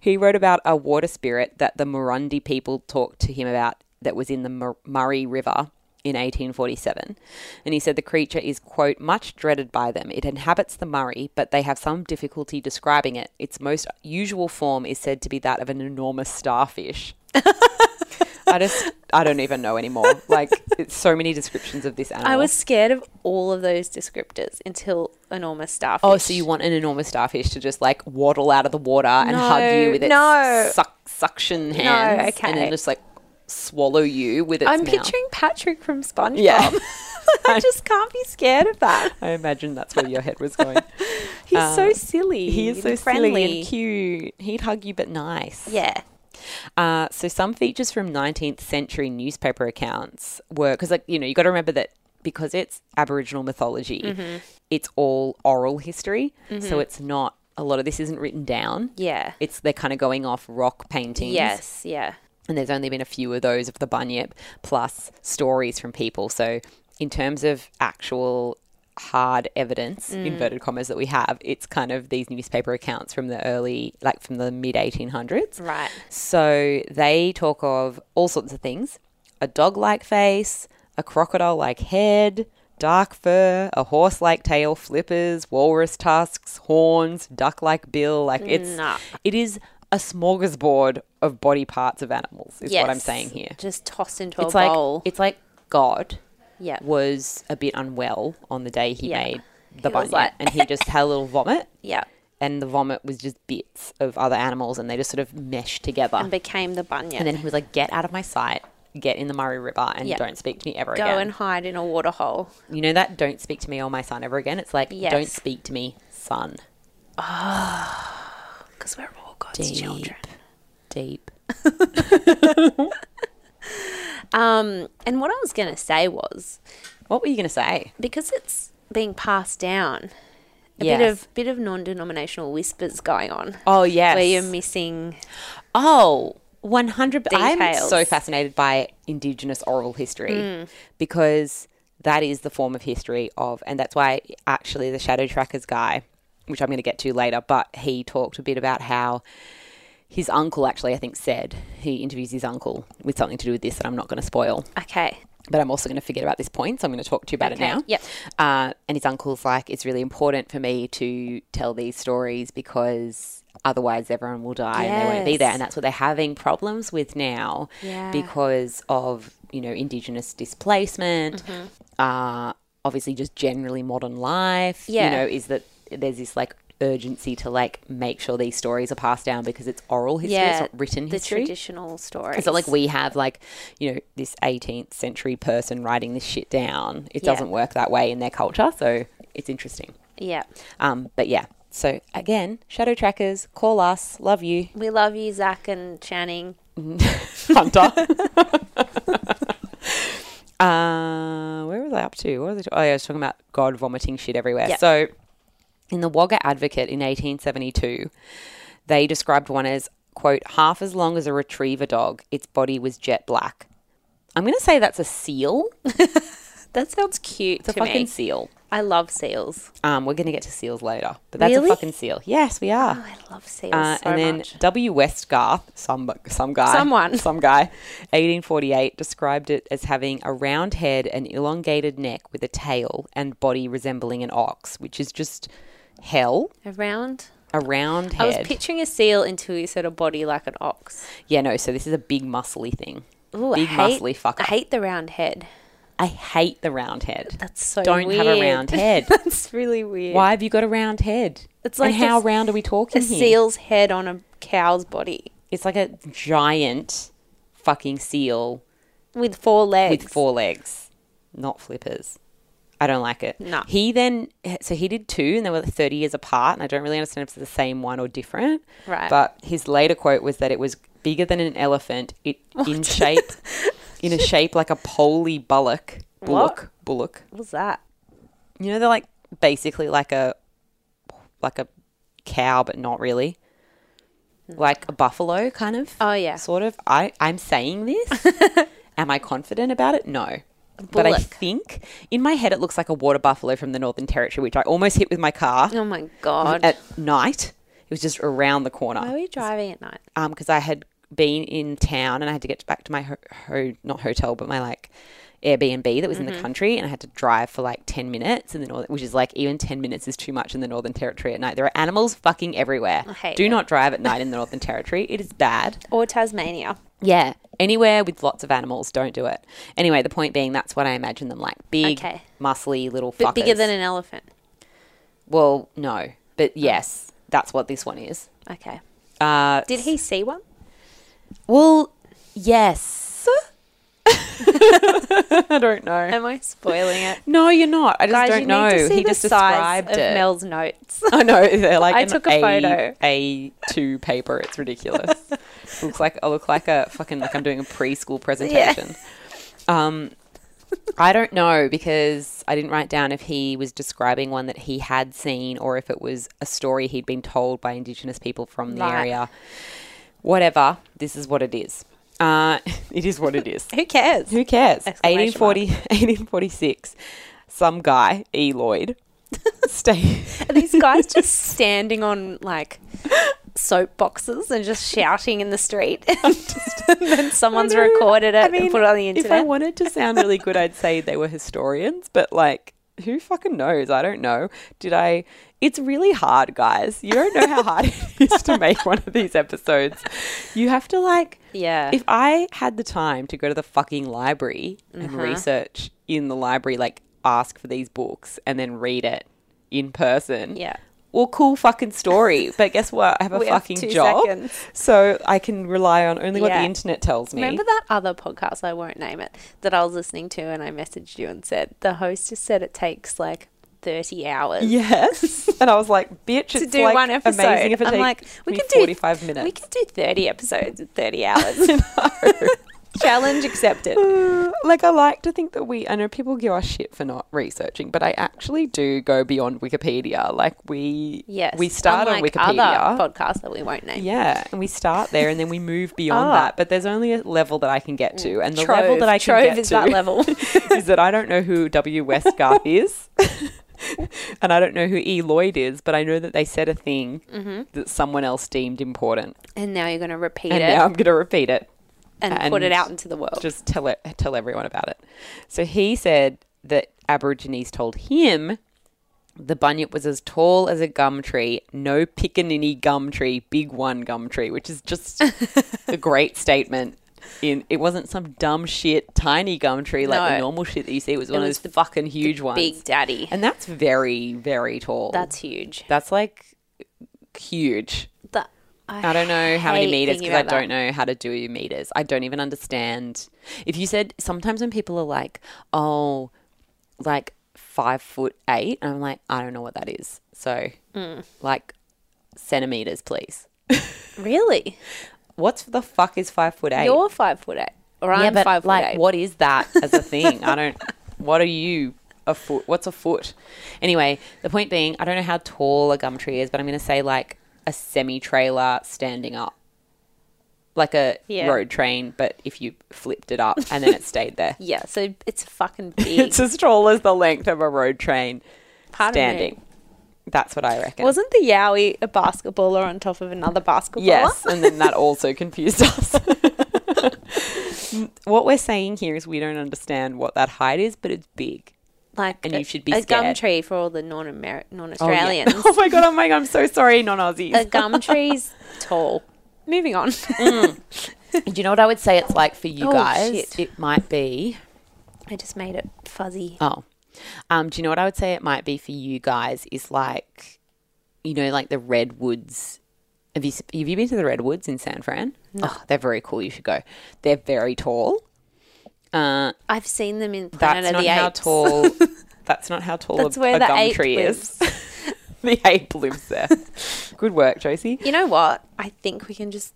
S2: He wrote about a water spirit that the Murundi people talked to him about that was in the Mur- Murray River in 1847. And he said the creature is, quote, much dreaded by them. It inhabits the Murray, but they have some difficulty describing it. Its most usual form is said to be that of an enormous starfish. I just, I don't even know anymore. Like, it's so many descriptions of this animal.
S1: I was scared of all of those descriptors until enormous starfish.
S2: Oh, so you want an enormous starfish to just like waddle out of the water and hug you
S1: No,
S2: with its
S1: no.
S2: suck, suction hands, and
S1: okay.
S2: then just like swallow you with its
S1: I'm
S2: mouth.
S1: picturing Patrick from SpongeBob.
S2: Yeah.
S1: I just can't be scared of that.
S2: I imagine that's where your head was going.
S1: He's so
S2: Um,
S1: silly.
S2: he is so
S1: and
S2: silly and cute. He'd hug you, but nice.
S1: Yeah.
S2: Uh, so some features from 19th century newspaper accounts were because, like, you know, you got to remember that because it's Aboriginal mythology,
S1: Mm-hmm.
S2: it's all oral history, so it's not a lot of this isn't written down.
S1: Yeah.
S2: It's they're kind of going off rock paintings.
S1: Yes. Yeah.
S2: and there's only been a few of those of the bunyip plus stories from people. So, in terms of actual hard evidence, inverted commas, that we have, it's kind of these newspaper accounts from the early, like from the mid 1800s.
S1: Right.
S2: So, they talk of all sorts of things a dog like face, a crocodile like head. Dark fur, a horse like tail, flippers, walrus tusks, horns, duck like bill. Like it's
S1: Nah.
S2: it is a smorgasbord of body parts of animals, is what I'm
S1: Yes.
S2: saying here.
S1: Just tossed into
S2: it's
S1: a
S2: like
S1: bowl.
S2: it's like God
S1: yeah.
S2: was a bit unwell on the day he
S1: Yeah.
S2: made the
S1: He was
S2: bunyip,
S1: like-
S2: and he just had a little vomit,
S1: Yeah.
S2: and the vomit was just bits of other animals, and they just sort of meshed together.
S1: Ah. And became the bunyip.
S2: and then he was like, "Get out of my sight." Get in the Murray River and
S1: Yeah.
S2: don't speak to me ever
S1: Go
S2: again.
S1: and hide in a water hole.
S2: you know that don't speak to me or my son ever again. It's like
S1: Yes.
S2: don't speak to me, son.
S1: Because we're all God's
S2: Deep,
S1: children.
S2: deep.
S1: Um, and what I was going to say was
S2: What were you going to say?
S1: because it's being passed down, a bit
S2: Yes.
S1: of bit of non-denominational whispers going on.
S2: Oh yes,
S1: Where you're missing
S2: Oh, 100 I'm
S1: Details.
S2: so fascinated by indigenous oral history because that is the form of history of and that's why actually the shadow trackers guy, which I'm going to get to later, but he talked a bit about how his uncle actually I think said he interviews his uncle with something to do with this that I'm not going to spoil
S1: okay.
S2: but I'm also going to forget about this point, so I'm going to talk to you about
S1: Okay,
S2: it now.
S1: yep.
S2: Uh, and his uncle's like, it's really important for me to tell these stories because otherwise everyone will die and they won't be there.
S1: Yes.
S2: And that's what they're having problems with now
S1: Yeah.
S2: because of, you know, indigenous displacement,
S1: Mm-hmm.
S2: uh, obviously just generally modern life,
S1: Yeah.
S2: you know, is that there's this like urgency to like make sure these stories are passed down because it's oral history, it's not written
S1: the
S2: history.
S1: traditional story.
S2: It's not like we have like, you know, this 18th century person writing this shit down. It
S1: Yeah.
S2: doesn't work that way in their culture, so it's interesting.
S1: Yeah.
S2: Um, but yeah, so again, shadow trackers, call us, love you,
S1: We love you, Zach and Channing.
S2: Hunter. uh, where was I up to? What was I ta- oh, yeah, I was talking about God vomiting shit everywhere.
S1: Yeah.
S2: So, in the Wagga Advocate in 1872, they described one as quote half as long as a retriever dog. Its body was jet black. I'm going to say that's a seal.
S1: That sounds cute
S2: It's a
S1: to
S2: fucking
S1: me.
S2: seal.
S1: I love seals.
S2: Um, we're going to get to seals later, but that's
S1: Really?
S2: a fucking seal. Yes, we are.
S1: I love seals
S2: Uh,
S1: so
S2: and then
S1: much.
S2: W. Westgarth, some some guy,
S1: Someone.
S2: some guy, 1848 described it as having a round head, an elongated neck with a tail and body resembling an ox, which is just hell.
S1: Around.
S2: A round
S1: I was
S2: head.
S1: picturing a seal until you said a body like an ox.
S2: yeah, no. So this is a big muscly thing.
S1: Ooh,
S2: big
S1: I hate,
S2: muscly
S1: I
S2: fucker.
S1: hate the round head.
S2: I hate the round head.
S1: That's so
S2: Don't have a
S1: weird.
S2: round head.
S1: That's really weird.
S2: Why have you got a round head?
S1: It's
S2: And
S1: like
S2: how
S1: just
S2: round are we talking
S1: A
S2: here?
S1: seal's head on a cow's body
S2: It's like a giant fucking seal
S1: with four legs.
S2: with four legs, not flippers. I don't like it.
S1: No.
S2: He then, so he did two and they were 30 years apart. And I don't really understand if it's the same one or different.
S1: Right.
S2: But his later quote was that it was bigger than an elephant, it in shape, in a shape like a poley bullock. Bullock. Bullock.
S1: What was that?
S2: You know, they're like basically like a, like a cow, but not really.
S1: Hmm.
S2: Like a buffalo, kind of
S1: Oh yeah.
S2: sort of I, I'm saying this Am I confident about it? No. But I
S1: Bullock.
S2: think in my head it looks like a water buffalo from the Northern Territory, which I almost hit with my car
S1: Oh my god.
S2: at night. It was just around the corner
S1: Why are we driving at night?
S2: um because I had been in town and I had to get back to my ho- ho- not hotel but my like Airbnb that was
S1: Mm-hmm.
S2: in the country and I had to drive for like 10 minutes in the northern which is like even 10 minutes is too much in the northern territory at night there are animals fucking everywhere
S1: hate
S2: do
S1: it.
S2: not drive at night in the northern territory it is bad
S1: Or Tasmania.
S2: yeah anywhere with lots of animals don't do it anyway the point being that's what I imagine them like big
S1: Okay.
S2: muscly little
S1: But
S2: fuckers
S1: bigger than Oh. an elephant.
S2: well no but yes that's what this one is
S1: Okay.
S2: uh
S1: Did he see one?
S2: Well, yes. I don't know.
S1: Am I spoiling it?
S2: No, you're not. I just
S1: Um, Guys, you
S2: don't know.
S1: need to see
S2: he
S1: the
S2: just
S1: size
S2: described
S1: of
S2: it.
S1: Mel's notes.
S2: I know. They're like
S1: I
S2: an
S1: took a photo.
S2: A two paper. It's ridiculous. looks like I look like a fucking like I'm doing a preschool presentation. Um, I don't know because I didn't write down if he was describing one that he had seen or if it was a story he'd been told by Indigenous people from the
S1: Right.
S2: area. Whatever. This is what it is. Uh, it is what it is.
S1: Who cares?
S2: Who cares?
S1: Exclamation mark.
S2: 1840, 1846. Some guy, E. Lloyd, stay.
S1: Are these guys just standing on like soap boxes and just shouting in the street? and then someone's
S2: I know.
S1: recorded it
S2: I
S1: and
S2: mean,
S1: put it on the
S2: If I
S1: internet.
S2: wanted to sound really good, I'd say they were historians, but like, who fucking knows? I don't know. Did I? It's really hard, guys. You don't know how hard it is to make one of these episodes. You have to like.
S1: yeah.
S2: If I had the time to go to the fucking library and
S1: Uh-huh.
S2: research in the library, like ask for these books and then read it in person,
S1: yeah.
S2: well, cool fucking story. But guess what? I have a
S1: We have
S2: fucking
S1: two
S2: job.
S1: seconds.
S2: So I can rely on only what
S1: Yeah.
S2: the internet tells me.
S1: Remember that other podcast, I won't name it, that I was listening to and I messaged you and said, the hostess said it takes like 30 hours.
S2: Yes. And I was like, bitch,
S1: To
S2: it's
S1: do
S2: like
S1: one episode,
S2: amazing if it
S1: I'm
S2: takes
S1: like, we
S2: me
S1: could do-
S2: 45 minutes.
S1: We could do 30 episodes in 30 hours. Challenge accepted.
S2: Uh, like I like to think that we I know people give us shit for not researching, but I actually do go beyond Wikipedia. Like we
S1: Yes.
S2: we start on
S1: unlike
S2: Wikipedia.
S1: Other podcasts that we won't name.
S2: yeah, and we start there and then we move beyond
S1: Ah.
S2: that. But there's only a level that I can get to. And the
S1: Trove.
S2: level that I can
S1: Trove
S2: get
S1: is
S2: to
S1: that level.
S2: is that I don't know who W. Westgarth is, and I don't know who E. Lloyd is, but I know that they said a thing
S1: Mm-hmm.
S2: that someone else deemed important,
S1: And now you're going to repeat
S2: and
S1: it
S2: now I'm going to repeat it,
S1: and, put it
S2: and
S1: out into the world.
S2: just tell it, tell everyone about it. So he said that Aborigines told him the bunyip was as tall as a gum tree, no pickaninny gum tree, big one gum tree, which is just a great statement. In it wasn't some dumb shit tiny gum tree like the
S1: No.
S2: normal shit that you see. It was one of
S1: was
S2: those fucking huge ones.
S1: Big Daddy.
S2: And that's very, very tall.
S1: That's huge.
S2: that's like huge.
S1: That,
S2: I don't know how many
S1: hate
S2: meters
S1: thinking
S2: because I
S1: about that.
S2: don't know how to do meters. I don't even understand. If you said sometimes when people are like, oh, like five foot eight, and I'm like, I don't know what that is. So,
S1: Mm.
S2: like centimeters, please.
S1: Really?
S2: What's the fuck is five foot eight?
S1: You're five foot eight. Or
S2: yeah,
S1: I'm
S2: but
S1: five foot
S2: like,
S1: eight.
S2: what is that as a thing? I don't. What are you a foot? What's a foot? Anyway, the point being, I don't know how tall a gum tree is, but I'm going to say like a semi trailer standing up, like a
S1: Yeah.
S2: road train, but if you flipped it up and then it stayed there.
S1: Yeah, so it's fucking big.
S2: It's as tall as the length of a road train
S1: Pardon me.
S2: standing. That's what I reckon.
S1: Wasn't the Yowie a basketballer on top of another basketballer?
S2: Yes, and then that also confused us. what we're saying here is we don't understand what that height is, but it's big.
S1: Like
S2: And
S1: a,
S2: you should be
S1: a gum
S2: scared.
S1: tree for all the non Amer non
S2: Oh, yeah.
S1: Australians.
S2: Oh, my god, oh my god, I'm so sorry, non Aussies.
S1: a gum tree's tall. Moving on.
S2: Do you know what I would say it's like for you
S1: Oh,
S2: guys?
S1: shit.
S2: It might be
S1: I just made it fuzzy.
S2: Oh. Um, do you know what I would say it might be for you guys is like you know, like the redwoods. Have you have you been to the redwoods in San Fran? Oh, they're very cool. You should go. They're very tall. Uh,
S1: I've seen them in Planet
S2: that's
S1: of
S2: not
S1: the
S2: how
S1: Apes.
S2: tall. That's not how tall
S1: That's
S2: a,
S1: where
S2: a
S1: the
S2: gum
S1: ape
S2: tree
S1: lives.
S2: is. the ape lives there. Good work, Josie.
S1: You know what? I think we can just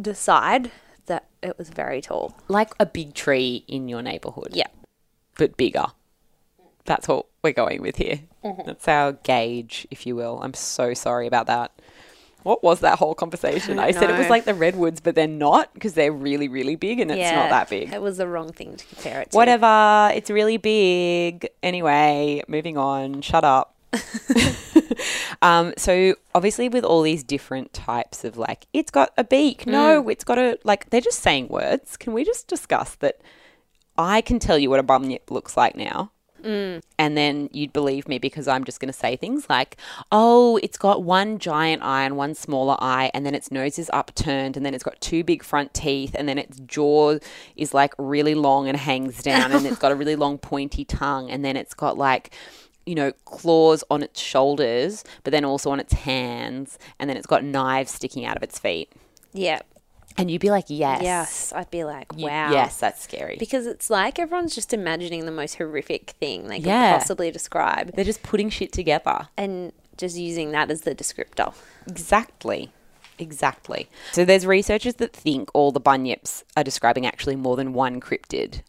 S1: decide that it was very tall.
S2: Like a big tree in your neighborhood,
S1: Yeah.
S2: but bigger. That's what
S1: Mm-hmm.
S2: we're going with here. That's our gauge, if you will. I'm so sorry about that. what was that whole conversation? I, said it was
S1: know.
S2: like the redwoods, but they're not because they're really, really big and it's
S1: yeah,
S2: not that big.
S1: It was the wrong thing to compare it to.
S2: Whatever, it's really big. Anyway, moving on. Shut up. um, so obviously, with all these different types of like, it's got a beak. No,
S1: Mm.
S2: it's got a like. They're just saying words. Can we just discuss that? I can tell you what a bunyip looks like now. And then you'd believe me because I'm just going to say things like, oh, it's got one giant eye and one smaller eye, and then its nose is upturned, and then it's got two big front teeth, and then its jaw is like really long and hangs down, and it's got a really long pointy tongue, and then it's got like, you know, claws on its shoulders, but then also on its hands, and then it's got knives sticking out of its feet.
S1: Yeah.
S2: And you'd be like, yes.
S1: Yes. I'd be like,
S2: You-
S1: wow.
S2: Yes, that's scary.
S1: Because it's like everyone's just imagining the most horrific thing they could
S2: Yeah.
S1: possibly describe
S2: They're just putting shit together.
S1: and just using that as the descriptor.
S2: Exactly. Exactly. So there's researchers that think all the bunyips are describing actually more than one cryptid,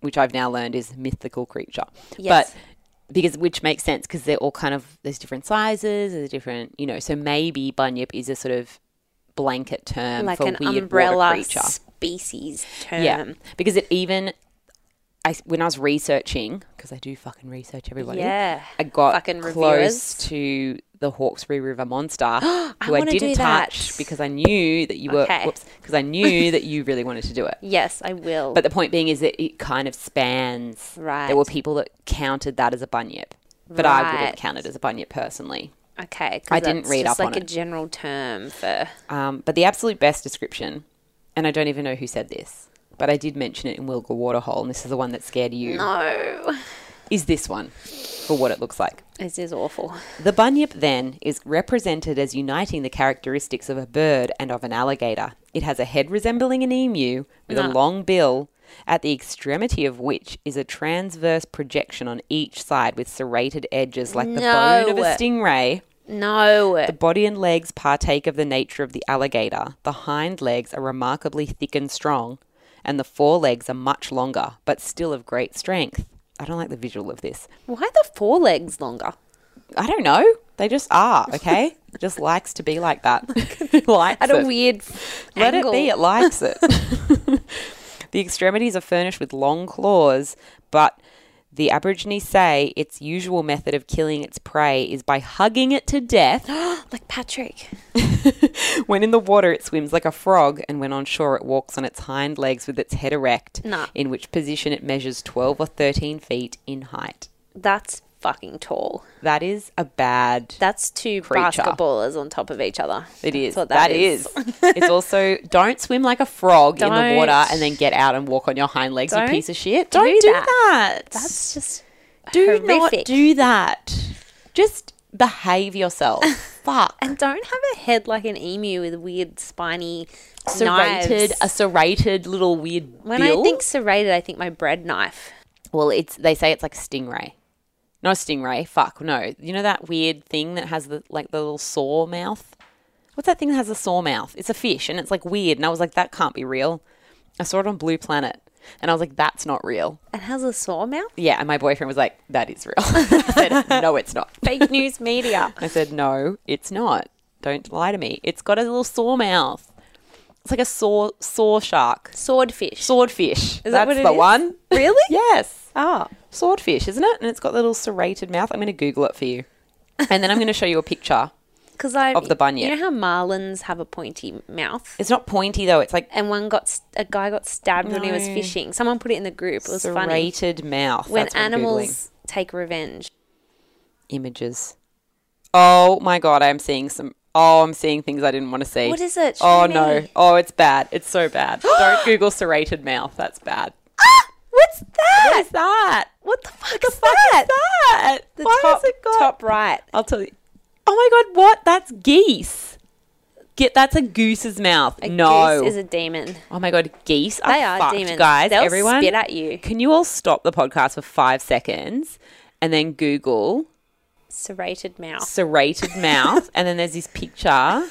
S2: which I've now learned is mythical creature.
S1: Yes.
S2: But because which makes sense because they're all kind of there's different sizes, there's different, you know, so maybe bunyip is a sort of blanket term
S1: Like
S2: Um, for
S1: an
S2: weird water
S1: umbrella
S2: creature.
S1: species term.
S2: Yeah, because it even I when I was researching because I do fucking research everybody.
S1: Yeah.
S2: I got
S1: Fucking
S2: close
S1: reviewers.
S2: to the Hawkesbury River monster, who I
S1: wanna
S2: didn't
S1: do that.
S2: touch because I knew that you were
S1: Okay.
S2: whoops because I knew that you really wanted to do it.
S1: Yes, I will.
S2: But the point being is that it kind of spans.
S1: Right.
S2: There were people that counted that as a bunyip, but I would have
S1: Right.
S2: counted as a bunyip personally.
S1: okay. 'cause
S2: I didn't
S1: that's
S2: read
S1: just
S2: up
S1: like
S2: on
S1: a
S2: it.
S1: general term for.
S2: Um, but the absolute best description, and I don't even know who said this, but I did mention it in Wilga Waterhole, and this is the one that scared you.
S1: No.
S2: is this one for what it looks like.
S1: This is awful.
S2: The bunyip then is represented as uniting the characteristics of a bird and of an alligator. It has a head resembling an emu with a long bill, at the extremity of which is a transverse projection on each side with serrated edges like the bone of
S1: No.
S2: a stingray.
S1: No.
S2: The body and legs partake of the nature of the alligator. The hind legs are remarkably thick and strong, and the forelegs are much longer, but still of great strength. I don't like the visual of this.
S1: Why the forelegs longer?
S2: I don't know. They just are, okay? just likes to be like that. likes
S1: At
S2: it.
S1: a weird
S2: Let it be.
S1: angle.
S2: It likes it. the extremities are furnished with long claws, but the Aborigines say its usual method of killing its prey is by hugging it to death.
S1: like Patrick.
S2: when in the water, it swims like a frog, and when on shore, it walks on its hind legs with its head erect,
S1: Nah.
S2: in which position it measures 12 or 13 feet in height.
S1: That's fucking tall.
S2: That is a bad
S1: That's two
S2: Creature.
S1: basketballers on top of each other.
S2: It is.
S1: That's what
S2: that is. it's also don't swim like a frog in the water
S1: Don't.
S2: and then get out and walk on your hind legs, you
S1: Don't
S2: piece of shit.
S1: do
S2: Don't do,
S1: that.
S2: that.
S1: That's just
S2: do not
S1: horrific.
S2: do that. Just behave yourself. Fuck.
S1: And don't have a head like an emu with weird spiny
S2: Serrated,
S1: serrated.
S2: a serrated little weird
S1: When
S2: bill.
S1: I think serrated, I think my bread knife.
S2: well, it's they say it's like a stingray. Not a stingray. Fuck no. You know that weird thing that has the like the little saw mouth. What's that thing that has a saw mouth? It's a fish and it's like weird. And I was like, that can't be real. I saw it on Blue Planet, and I was like, that's not real.
S1: It has a sore mouth.
S2: Yeah, and my boyfriend was like, "That is real." I said, "No, it's not."
S1: Fake news media.
S2: I said, "No, it's not. Don't lie to me. It's got a little saw mouth. It's like a saw saw shark,
S1: Swordfish.
S2: swordfish. Is That's
S1: that what it
S2: the
S1: is?
S2: one? Ah.
S1: Really?
S2: Yes,
S1: Oh.
S2: swordfish, isn't it? And it's got the little serrated mouth. I'm going to Google it for you, and then I'm going to show you a picture.
S1: Because I
S2: Of the bunyip.
S1: You know how marlins have a pointy mouth,
S2: It's not pointy though. It's like
S1: and one got st- a guy got stabbed when he was
S2: No.
S1: fishing. Someone put it in the group. It was funny.
S2: serrated mouth.
S1: When
S2: That's what I'm Googling.
S1: animals take revenge.
S2: images. Oh my god, I'm seeing some. Oh, I'm seeing things I didn't want to see.
S1: What is it?
S2: Oh
S1: Show
S2: no.
S1: me.
S2: Oh, it's bad. It's so bad. Don't Google serrated mouth. That's bad.
S1: Ah! What's that?
S2: What is that?
S1: What the fuck is
S2: What
S1: that?
S2: is that?
S1: The
S2: Why
S1: top,
S2: has it got?
S1: top right.
S2: I'll tell you. Oh my god, what? That's geese. Get that's a goose's mouth.
S1: A
S2: no.
S1: goose is a demon.
S2: oh my god, geese are,
S1: They are
S2: fucked,
S1: demons.
S2: guys.
S1: They'll
S2: everyone,
S1: spit at you.
S2: Can you all stop the podcast for five seconds and then Google
S1: Serrated mouth.
S2: serrated mouth, and then there's this picture. oh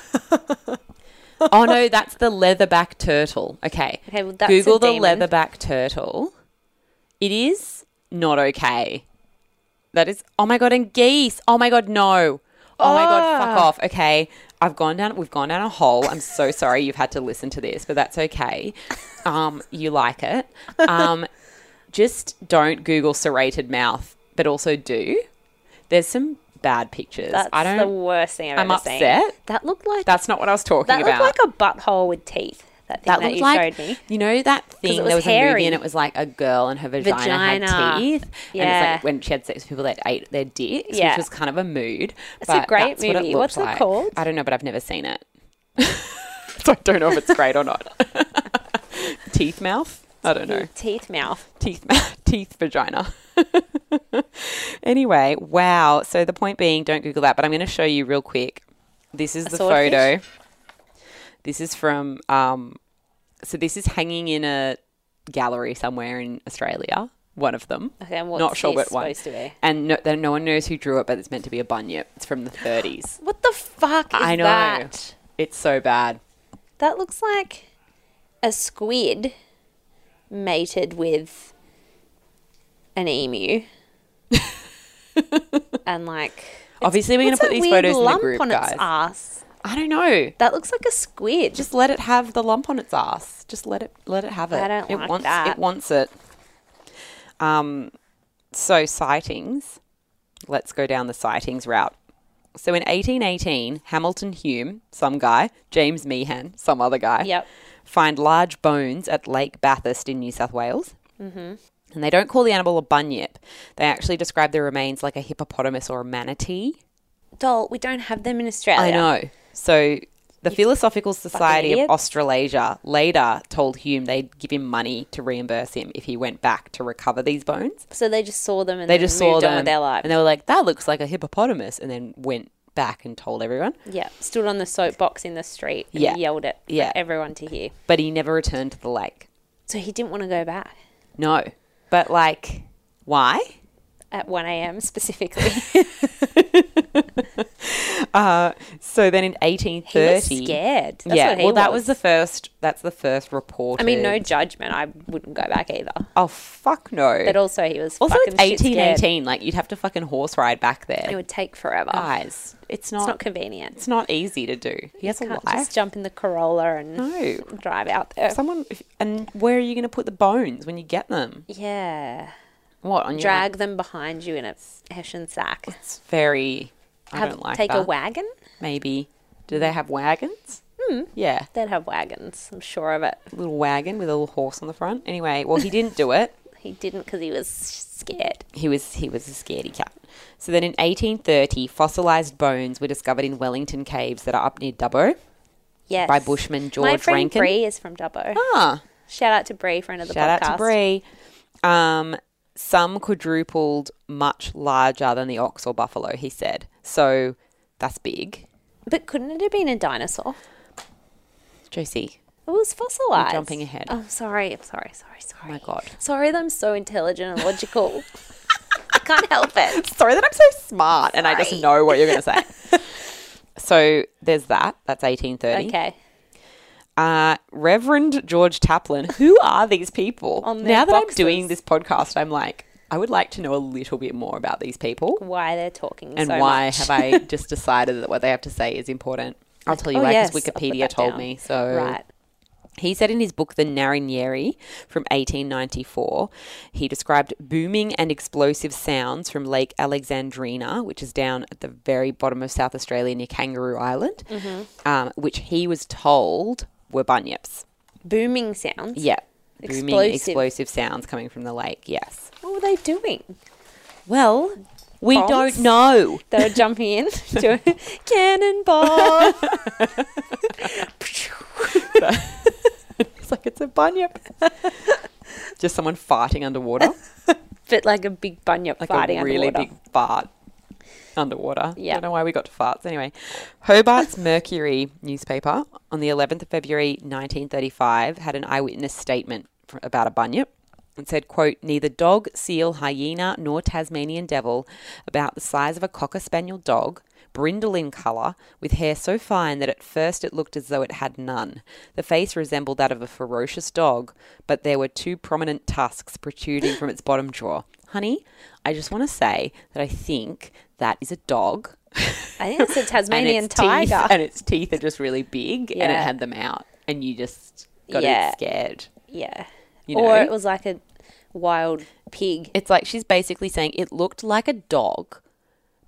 S2: no, that's the leatherback turtle. Okay,
S1: Okay, well, that's a
S2: Google the
S1: demon.
S2: leatherback turtle. It is not okay.
S1: Ah.
S2: That is. Oh my god, and geese. Oh my god, no. Oh, my god, fuck off. Okay, I've gone down. We've gone down a hole. I'm so sorry you've had to listen to this, but that's okay. Um, you like it. Um, just don't Google serrated mouth, but also do. There's some bad pictures.
S1: That's
S2: I
S1: the
S2: don't.
S1: worst thing I've
S2: I'm
S1: ever seen.
S2: upset.
S1: That looked like
S2: That's not what I was talking
S1: that
S2: about.
S1: looked like a butthole with teeth. That thing that, you showed me.
S2: You know that thing?
S1: it was
S2: There was a
S1: hairy.
S2: movie and it was like a girl and her vagina,
S1: Vagina.
S2: had teeth. And it's
S1: Yeah.
S2: like when she had sex with people that ate their dicks,
S1: Yeah.
S2: which was kind of a mood. It's
S1: a great movie.
S2: looked
S1: What's it called?
S2: I don't know, but I've never seen it. so I don't know if it's great or not. teeth mouth? I don't know.
S1: Teeth mouth.
S2: Teeth teeth vagina. anyway, wow. So the point being, don't Google that, but I'm going to show you real quick. This is the
S1: swordfish?
S2: photo. This is from um, so this is hanging in a gallery somewhere in Australia. One of them.
S1: Okay, and what's
S2: Not sure
S1: this
S2: what one.
S1: supposed to be?
S2: And no, then no one knows who drew it, but it's meant to be a bunyip. It's from the 30s.
S1: What the fuck is
S2: I know.
S1: that?
S2: It's so bad.
S1: That looks like a squid mated with an emu. and like
S2: Obviously, we're going to put
S1: what's that
S2: these
S1: weird
S2: photos in the
S1: lump
S2: group,
S1: on
S2: guys.
S1: its ass.
S2: I don't know.
S1: That looks like a squid.
S2: Just let it have the lump on its ass. Just let it let it have it.
S1: I don't
S2: it
S1: like
S2: wants,
S1: that.
S2: It wants it. Um, so sightings. Let's go down the sightings route. So in 1818, Hamilton Hume, some guy, James Meehan, some other guy,
S1: Yep.
S2: find large bones at Lake Bathurst in New South Wales. Mm-hmm. And they don't call the animal a bunyip. They actually describe the remains like a hippopotamus or a manatee.
S1: doll, we don't have them in Australia.
S2: I know. So the Philosophical Society
S1: idiot.
S2: of Australasia later told Hume they'd give him money to reimburse him if he went back to recover these bones.
S1: So they just saw them and
S2: They just saw
S1: moved on
S2: them
S1: with their life.
S2: and they were like, "That looks like a hippopotamus," and then went back and told everyone.
S1: yeah, stood on the soapbox in the street and
S2: Yeah.
S1: yelled it for
S2: Yeah.
S1: everyone to hear.
S2: But he never returned to the lake.
S1: So he didn't want to go back
S2: No, but like, why?
S1: at 1 a.m. specifically.
S2: So then in
S1: he was
S2: 1830,
S1: scared. That's
S2: yeah,
S1: what he
S2: well,
S1: was.
S2: that was the first. That's the first report.
S1: I mean, no judgment. I wouldn't go back either.
S2: Oh fuck no.
S1: But also, he was
S2: also,
S1: fucking
S2: it's
S1: shit scared.
S2: 1818. Like, you'd have to fucking horse ride back there.
S1: It would take forever.
S2: Guys, it's not.
S1: It's not convenient.
S2: it's not easy to do. Ah. He has a
S1: Can't
S2: life.
S1: just jump in the Corolla and
S2: No.
S1: drive out there.
S2: Someone if- and where are you going to put the bones when you get them?
S1: yeah,
S2: What on your
S1: drag them behind you in a hessian sack.
S2: It's very. I
S1: Have-
S2: don't like
S1: take
S2: that.
S1: a wagon.
S2: Maybe. Do they have wagons?
S1: Hmm.
S2: Mm. Yeah,
S1: They'd have wagons. I'm sure of it.
S2: a little wagon with a little horse on the front. Anyway, well, he didn't do it.
S1: He didn't because he was scared.
S2: He was he was a scaredy cat. So then, in 1830, fossilized bones were discovered in Wellington caves that are up near Dubbo.
S1: Yes.
S2: By Bushman
S1: My
S2: George
S1: friend
S2: Rankin.
S1: Bree is from Dubbo.
S2: Ah,
S1: Shout out to Bree, friend of the
S2: Shout
S1: podcast.
S2: out to Brie. Um, some quadrupled much larger than the ox or buffalo, he said. So that's big.
S1: But couldn't it have been a dinosaur?
S2: Josie,
S1: It was fossilized.
S2: jumping ahead.
S1: Oh, sorry. I'm sorry. Sorry. Sorry.
S2: oh my God.
S1: Sorry that I'm so intelligent and logical. I can't help it.
S2: Sorry that I'm so smart and I
S1: Sorry.
S2: just know what you're going to say. so there's that. That's 1830.
S1: Okay.
S2: Uh, Reverend George Taplin. Who are these people?
S1: On their
S2: now that
S1: boxes.
S2: I'm doing this podcast, I'm like, I would like to know a little bit more about these people.
S1: Why they're talking
S2: and
S1: so
S2: why
S1: much.
S2: have I just decided that what they have to say is important? I'll tell you
S1: oh,
S2: why, because
S1: yes, I'll put
S2: Wikipedia
S1: that
S2: told
S1: down.
S2: me. So
S1: Right.
S2: he said in his book The Narinieri from 1894, he described booming and explosive sounds from Lake Alexandrina, which is down at the very bottom of South Australia near Kangaroo Island,
S1: Mm-hmm.
S2: um, which he was told were bunyips.
S1: Booming sounds.
S2: Yeah. Booming
S1: Explosive.
S2: explosive sounds coming from the lake, yes.
S1: What were they doing?
S2: Well, we
S1: False.
S2: don't know.
S1: They were jumping in to a cannonball.
S2: It's like it's a bunyip. Just someone farting underwater,
S1: but like a big bunyip
S2: like
S1: fighting
S2: a really
S1: underwater.
S2: big fart underwater.
S1: Yeah.
S2: don't know why we got to farts anyway. Hobart's Mercury newspaper on the 11th of February 1935 had an eyewitness statement fr about a bunyip. and said, quote, neither dog, seal, hyena, nor Tasmanian devil, about the size of a cocker spaniel dog, brindle in colour, with hair so fine that at first it looked as though it had none. The face resembled that of a ferocious dog, but there were two prominent tusks protruding from its bottom jaw. Honey, I just want to say that I think that is a dog.
S1: I think it's a Tasmanian
S2: and its
S1: tiger.
S2: Teeth, and its teeth are just really big and it
S1: Yeah.
S2: had them out and you just got
S1: Yeah.
S2: it scared.
S1: yeah.
S2: You
S1: Or
S2: know?
S1: it was like a wild pig.
S2: It's like she's basically saying it looked like a dog,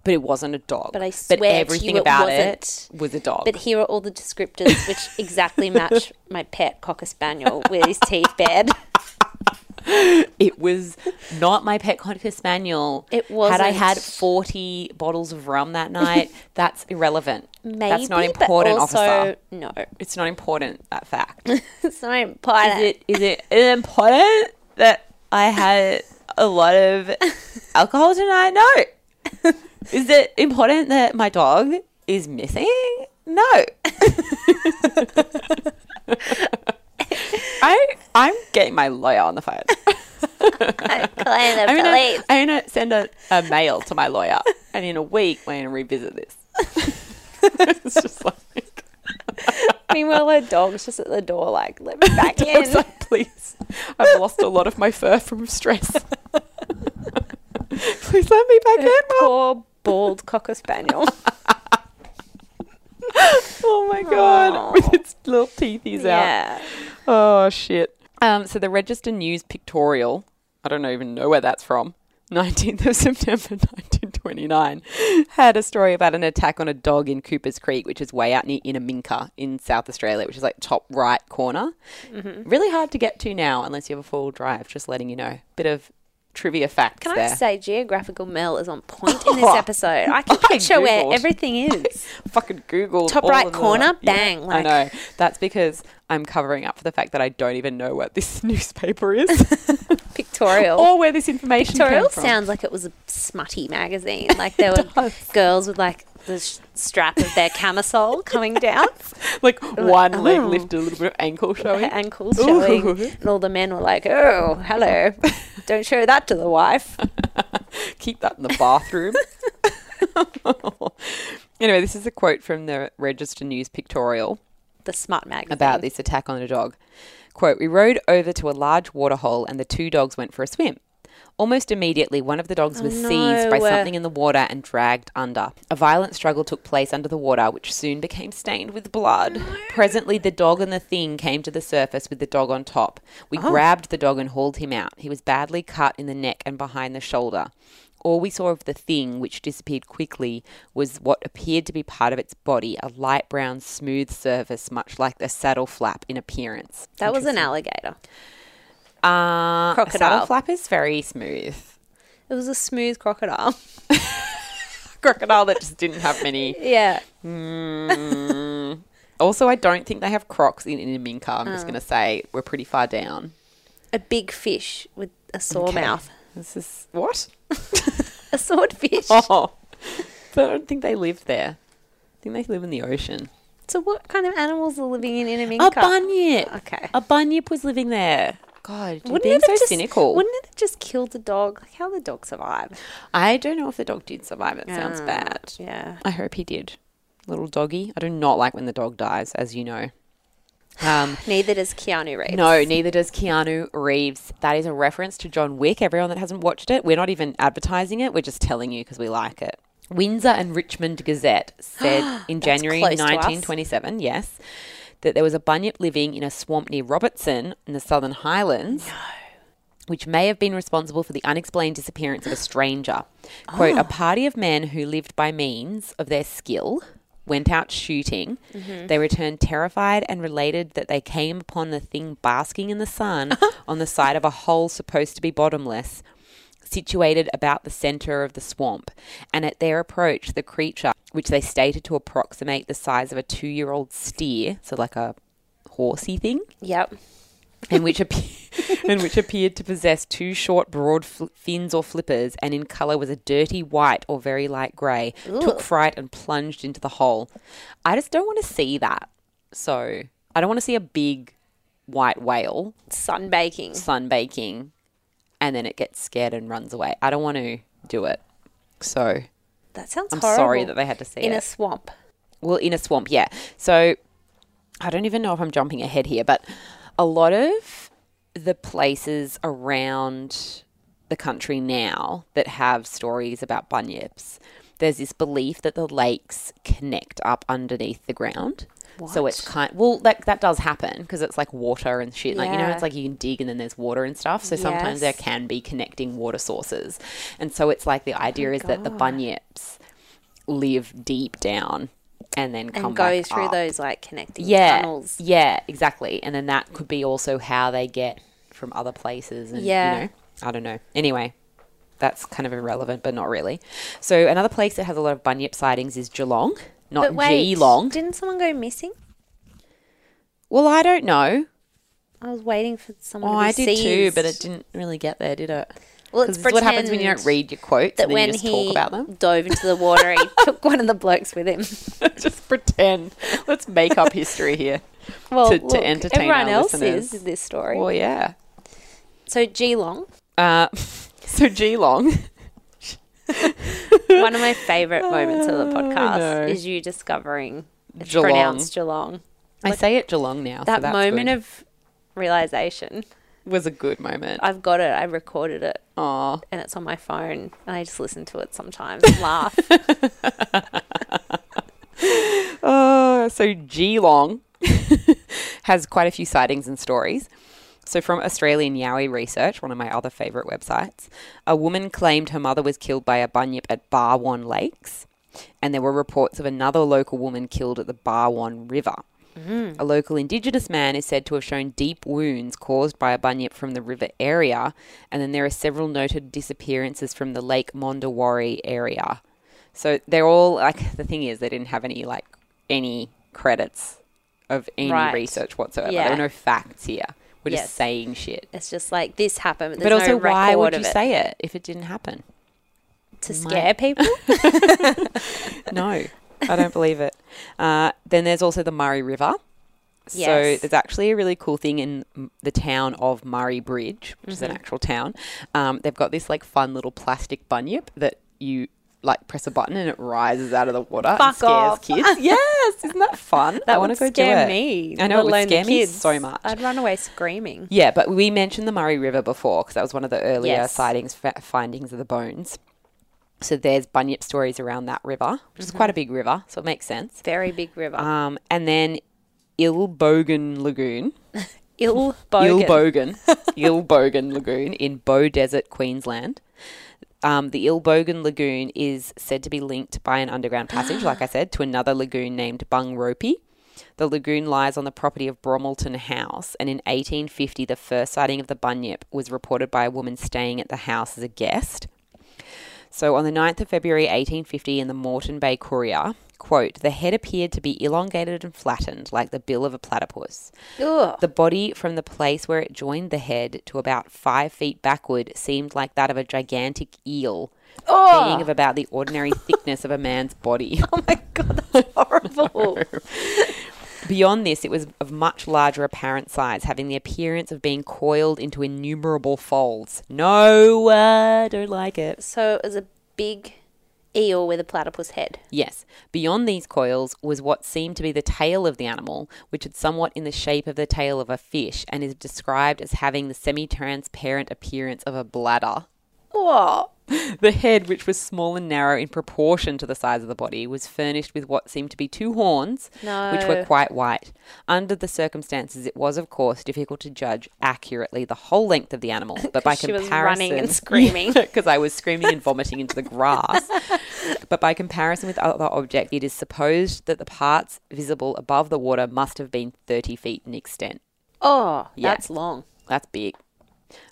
S2: but it wasn't a dog.
S1: But I swear to
S2: everything
S1: you it
S2: about
S1: wasn't.
S2: it was a dog.
S1: But here are all the descriptors which exactly match my pet cocker spaniel with his teeth bad.
S2: it was not my pet cocker spaniel.
S1: It
S2: Had I
S1: wasn't.
S2: had 40 bottles of rum that night, that's irrelevant.
S1: Maybe,
S2: that's not important,
S1: but also
S2: officer.
S1: no.
S2: It's not important, that fact.
S1: It's not important.
S2: is it is it important that I had a lot of alcohol tonight? No. Is it important that my dog is missing? No. I I'm getting my lawyer on the phone.
S1: Claim the
S2: I'm gonna,
S1: police.
S2: I'm gonna send a, a mail to my lawyer, and in a week we're gonna revisit this. it's just like
S1: Meanwhile, her dog's just at the door, like, let me back
S2: I was
S1: in.
S2: like, please, I've lost a lot of my fur from stress. please let me back in. Mum."
S1: Poor bald cocker spaniel.
S2: Oh my god, with
S1: Aw.
S2: its little teethies out.
S1: yeah.
S2: Oh shit. Um, so the Register News pictorial, I don't even know where that's from. 19th of September 1929 had a story about an attack on a dog in Cooper's Creek, which is way out near Inaminka in South Australia, which is like top right corner.
S1: Mm-hmm.
S2: Really hard to get to now unless you have a full drive, just letting you know. Bit of trivia facts
S1: Can
S2: there.
S1: I say geographical Mel is on point in this episode? I can
S2: I
S1: picture where
S2: Googled.
S1: everything is.
S2: fucking Google
S1: Top
S2: all
S1: right
S2: of the-
S1: corner, bang, like-
S2: I know. That's because I'm covering up for the fact that I don't even know what this newspaper is
S1: Pictorial.
S2: or where this information
S1: Pictorial
S2: came from.
S1: sounds like it was a smutty magazine. Like there were
S2: does.
S1: girls with like the sh- strap of their camisole coming down,
S2: like one leg
S1: oh.
S2: lifted, a little bit of ankle
S1: her
S2: showing.
S1: ankles showing, and all the men were like, "Oh, hello, don't show that to the wife."
S2: Keep that in the bathroom. anyway, this is a quote from the Register News pictorial.
S1: The smut magazine.
S2: about this attack on a dog. Quote, we rode over to a large waterhole and the two dogs went for a swim. Almost immediately, one of the dogs was seized by
S1: Oh, no.
S2: something in the water and dragged under. A violent struggle took place under the water, which soon became stained with blood. Presently, the dog and the thing came to the surface with the dog on top. We grabbed the dog and hauled him out. He was badly cut in the neck and behind the shoulder. All we saw of the thing, which disappeared quickly, was what appeared to be part of its body, a light brown, smooth surface, much like the saddle flap in appearance.
S1: That was an alligator.
S2: Uh, a
S1: Crocodile.
S2: saddle flap is very smooth.
S1: It was a smooth crocodile.
S2: Crocodile that just didn't have many.
S1: Yeah.
S2: Mm. Also, I don't think they have crocs in Inaminka. I'm just going to say we're pretty far down.
S1: A big fish with a sore
S2: Okay.
S1: mouth.
S2: This is what?
S1: A swordfish.
S2: Oh, but I don't think they live there. I think they live in the ocean.
S1: So what kind of animals are living in Inaminka?
S2: A bunyip.
S1: Okay.
S2: A bunyip was living there. God, you're
S1: Wouldn't
S2: being
S1: it
S2: so
S1: have just,
S2: cynical.
S1: Wouldn't it have just killed the dog? Like how the dog survive?
S2: I don't know if the dog did survive. It sounds
S1: Ah,
S2: bad.
S1: Yeah.
S2: I hope he did. Little doggy. I do not like when the dog dies, as you know. Um,
S1: Neither does Keanu Reeves.
S2: no, neither does Keanu Reeves. That is a reference to John Wick. Everyone that hasn't watched it, we're not even advertising it. We're just telling you because we like it. Windsor and Richmond Gazette said in January
S1: close to us.
S2: 1927, yes, that there was a bunyip living in a swamp near Robertson in the Southern Highlands which may have been responsible for the unexplained disappearance of a stranger. Quote,
S1: Ah.
S2: a party of men who lived by means of their skill went out shooting.
S1: Mm-hmm.
S2: They returned terrified and related that they came upon the thing basking in the sun on the side of a hole supposed to be bottomless. Situated about the center of the swamp, and at their approach, the creature, which they stated to approximate the size of a two year old steer, so like a horsey thing,
S1: Yep.
S2: and which appe- and which appeared to possess two short, broad fl- fins or flippers, and in color was a dirty white or very light gray. Took fright and plunged into the hole. I just don't want to see that. So I don't want to see a big white whale
S1: Sunbaking.
S2: sunbaking, and then it gets scared and runs away. I don't want to do it. So
S1: That sounds
S2: I'm
S1: horrible.
S2: sorry that they had to see
S1: in
S2: it
S1: a swamp.
S2: well in a swamp yeah so i don't even know if i'm jumping ahead here but a lot of the places around the country now that have stories about bunyips there's this belief that the lakes connect up underneath the ground. So it's kind well that that does happen because it's like water and shit. Like you know,
S1: Yeah.
S2: it's like you can dig and then there's water and stuff. So sometimes there
S1: Yes. Oh
S2: can be connecting water sources, and so it's like the idea is that the bunyips live deep down and then come
S1: and go
S2: back
S1: through
S2: up.
S1: those like connecting
S2: yeah
S1: tunnels.
S2: yeah exactly and then that could be also how they get from other places and
S1: Yeah.
S2: you know i don't know anyway that's kind of irrelevant but not really so another place that has a lot of bunyip sightings is geelong not
S1: But wait,
S2: geelong
S1: didn't someone go missing?
S2: well i don't know
S1: I was waiting for someone.
S2: oh
S1: to be
S2: i did too but it
S1: seized.
S2: didn't really get there did it
S1: Well,
S2: 'Cause
S1: it's
S2: this is what happens when you don't
S1: pretend
S2: read your quotes
S1: That
S2: and then
S1: when
S2: you just
S1: he
S2: talk about them
S1: dove into the water, he took one of the blokes with him.
S2: just pretend let's make up history here
S1: Well,
S2: To- to
S1: look,
S2: entertain
S1: everyone
S2: our
S1: else
S2: listeners.
S1: is this story.
S2: well yeah
S1: So Geelong,
S2: uh, so geelong
S1: one of my favourite moments of the
S2: Oh, know.
S1: podcast is you discovering it's
S2: Geelong.
S1: pronounced Geelong.
S2: I say it Geelong now.
S1: That moment
S2: good.
S1: of realization.
S2: was a good moment.
S1: I've got it. I recorded it,
S2: Aw.
S1: and it's on my phone, and I just listen to it sometimes and laugh.
S2: Uh, so Geelong has quite a few sightings and stories. So from Australian Yowie Research, one of my other favourite websites, a woman claimed her mother was killed by a bunyip at Barwon Lakes, and there were reports of another local woman killed at the Barwon River. A local Indigenous man is said to have shown deep wounds caused by a bunyip from the river area, and then there are several noted disappearances from the Lake Mondawari area. So they're all like the thing is they didn't have any like any credits of any
S1: Right.
S2: research whatsoever. There
S1: Yeah.
S2: were no facts here. We're
S1: Yes.
S2: just saying shit.
S1: It's just like this happened, but,
S2: but
S1: there's
S2: also,
S1: no
S2: why
S1: record
S2: would you
S1: of it
S2: say it if it didn't happen?
S1: to scare people.
S2: No, I don't believe it. Uh, then there's also the Murray River. So
S1: Yes.
S2: there's actually a really cool thing in m- the town of Murray Bridge, which is an actual town. Um, they've got this like fun little plastic bunyip that you like press a button and it rises out of the water and
S1: Fuck
S2: scares
S1: off.
S2: kids. yes, isn't that fun? I
S1: That
S2: want
S1: would
S2: to go do
S1: scare
S2: it.
S1: me.
S2: I know
S1: let
S2: it would
S1: alone the
S2: scare me
S1: kids.
S2: so much.
S1: I'd run away screaming.
S2: Yeah, but we mentioned the Murray River before because that was one of the earlier
S1: Yes.
S2: sightings, fa- findings of the bones. So there's bunyip stories around that river, which is quite a big river, so it makes sense.
S1: Very big river.
S2: Um, and then Ilbogan Lagoon,
S1: Il Bogan.
S2: Ilbogan, Ilbogan Lagoon in Bow Desert, Queensland. Um, the Ilbogan Lagoon is said to be linked by an underground passage, like I said, to another lagoon named Bungropi. The lagoon lies on the property of Bromelton House, and in 1850, the first sighting of the bunyip was reported by a woman staying at the house as a guest. So on the 9th of February 1850 in the Moreton Bay Courier, quote, the head appeared to be elongated and flattened like the bill of a platypus.
S1: Ugh.
S2: The body from the place where it joined the head to about five feet backward seemed like that of a gigantic eel, being of about the ordinary thickness of a man's body.
S1: Ah. Oh my god, that's horrible.
S2: Beyond this, it was of much larger apparent size, having the appearance of being coiled into innumerable folds. No, uh, don't like it.
S1: so it was a big eel with a platypus head.
S2: Yes, beyond these coils was what seemed to be the tail of the animal, which is somewhat in the shape of the tail of a fish and is described as having the semi transparent appearance of a bladder.
S1: Whoa.
S2: The head, which was small and narrow in proportion to the size of the body, was furnished with what seemed to be two horns, which were
S1: No.
S2: quite white. Under the circumstances, it was, of course, difficult to judge accurately the whole length of the animal, but by
S1: she was
S2: comparison,
S1: running and screaming.
S2: because I was screaming and vomiting into the grass. But by comparison with other objects, it is supposed that the parts visible above the water must have been thirty feet in extent.
S1: Oh,
S2: Yeah.
S1: that's long.
S2: That's big.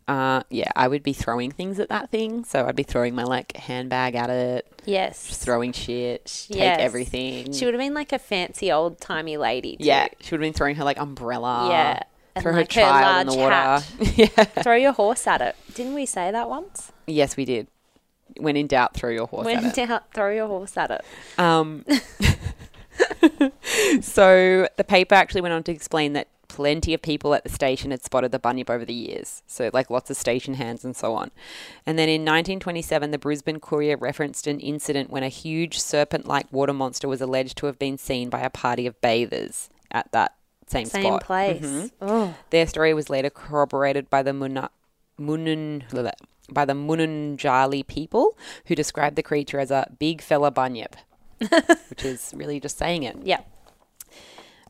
S2: Uh, yeah, I would be throwing things at that thing. So I'd be throwing my like handbag at it,
S1: Yes.
S2: throwing shit, take
S1: Yes.
S2: everything.
S1: She would have been like a fancy old timey lady. Too.
S2: yeah, she would have been throwing her like umbrella.
S1: Yeah. And,
S2: throw her
S1: like, her
S2: child in the water.
S1: large
S2: yeah.
S1: Throw your horse at it. Didn't we say that once?
S2: Yes, we did. When in doubt, throw your horse
S1: when
S2: at it.
S1: down, throw your horse at it.
S2: Um, so the paper actually went on to explain that plenty of people at the station had spotted the bunyip over the years. So, like lots of station hands and so on. And then in 1927, the Brisbane Courier referenced an incident when a huge serpent like water monster was alleged to have been seen by a party of bathers at that same,
S1: Same
S2: spot.
S1: place. Oh.
S2: Their story was later corroborated by the Muna, Munun, by the Mununjali people, who describe the creature as a big fella bunyip, which is really just saying it.
S1: Yeah.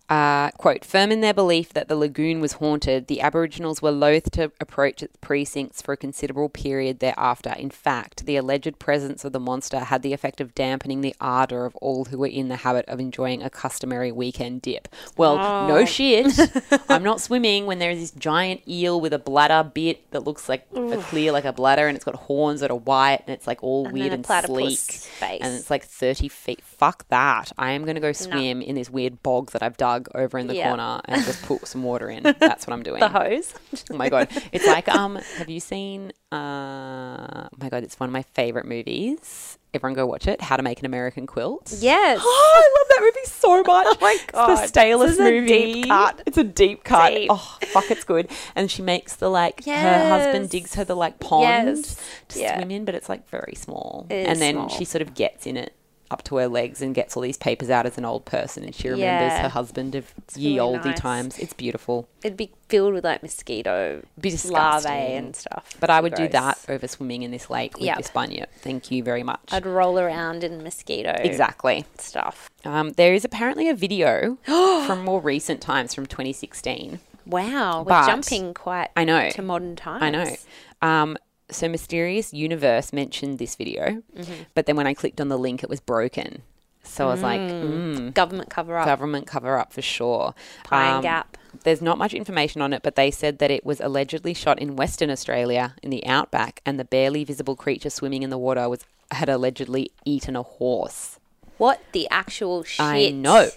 S2: Uh, quote, firm in their belief that the lagoon was haunted, the Aboriginals were loath to approach its precincts for a considerable period thereafter. In fact, the alleged presence of the monster had the effect of dampening the ardour of all who were in the habit of enjoying a customary weekend dip. Well,
S1: Oh.
S2: no shit. I'm not swimming when there is this giant eel with a bladder bit that looks like a clear, like a bladder, and it's got horns that are white, and it's like all
S1: And
S2: weird
S1: then a
S2: and sleek.
S1: platypus face.
S2: And it's like 30 feet. Fuck that. I am going to go swim in this weird bog that I've dug over in the
S1: Yeah.
S2: corner and just put some water in. That's what I'm doing.
S1: The hose.
S2: Oh my god. It's like um have you seen uh oh my god, it's one of my favorite movies. Everyone go watch it. How to Make an American Quilt.
S1: Yes.
S2: Oh, I love that movie so much. Oh
S1: my
S2: It's
S1: God.
S2: the stalest
S1: This is a
S2: movie.
S1: deep cut.
S2: It's a deep cut.
S1: Deep.
S2: Oh, fuck, it's good. And she makes the like, her husband
S1: Yes.
S2: digs her the like pond
S1: Yes.
S2: to
S1: Yeah.
S2: swim in, but it's like very small.
S1: It is
S2: and then
S1: small.
S2: she sort of gets in it up to her legs and gets all these papers out as an old person and she remembers
S1: Yeah.
S2: her husband of
S1: really
S2: ye olde
S1: nice.
S2: times. It's beautiful.
S1: It'd be filled with like mosquito
S2: Be
S1: larvae
S2: disgusting.
S1: and stuff.
S2: But I would do
S1: Gross.
S2: that over swimming in this lake with
S1: Yep.
S2: this bunyip. Thank you very much.
S1: I'd roll around in mosquito
S2: exactly.
S1: stuff.
S2: Um, there is apparently a video from more recent times from 2016.
S1: Wow, we're
S2: But-
S1: jumping quite
S2: I know.
S1: to modern times.
S2: I know. Um, so Mysterious Universe mentioned this video,
S1: Mm-hmm.
S2: but then when I clicked on the link, it was broken. So I was like, mm,
S1: Government cover up.
S2: government cover up for sure. Um,
S1: Pine Gap.
S2: There's not much information on it, but they said that it was allegedly shot in Western Australia in the outback, and the barely visible creature swimming in the water was had allegedly eaten a horse.
S1: What the actual shit?
S2: I know.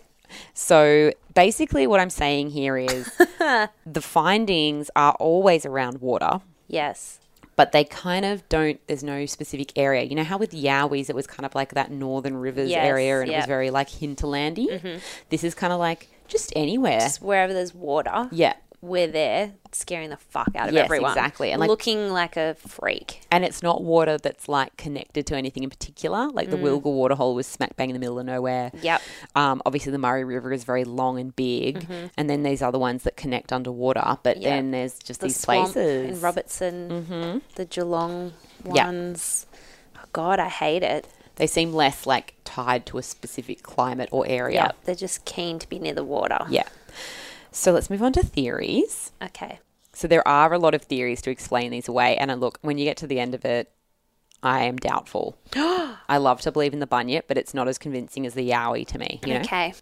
S2: So basically, what I'm saying here is the findings are always around water,
S1: Yes.
S2: but they kind of don't, there's no specific area. You know how with Yowies, it was kind of like that northern rivers
S1: Yes,
S2: area and it was
S1: yep.
S2: very like hinterlandy? This is kind of like just anywhere.
S1: Just wherever there's water,
S2: yeah.
S1: we're there, scaring the fuck out of
S2: Yes,
S1: everyone.
S2: exactly. And, like-
S1: looking like a freak.
S2: And it's not water that's like connected to anything in particular. Like the Wilga waterhole was smack bang in the middle of nowhere.
S1: Mm. Yep.
S2: Um, obviously, the Murray River is very long and big,
S1: Mm-hmm.
S2: and then these are the ones that connect underwater. But
S1: Yeah.
S2: then there's just
S1: The
S2: these
S1: swamp
S2: places. Mm-hmm.
S1: in Robertson, the Geelong
S2: Yeah.
S1: ones. Oh God, I hate it.
S2: they seem less like tied to a specific climate or
S1: Yeah,
S2: area.
S1: they're just keen to be near the water.
S2: Yeah. So let's move on to theories.
S1: Okay.
S2: So there are a lot of theories to explain these away, and I look when you get to the end of it. I am doubtful. I love to believe in the bunyip, but it's not as convincing as the yowie to me. You know?
S1: Okay.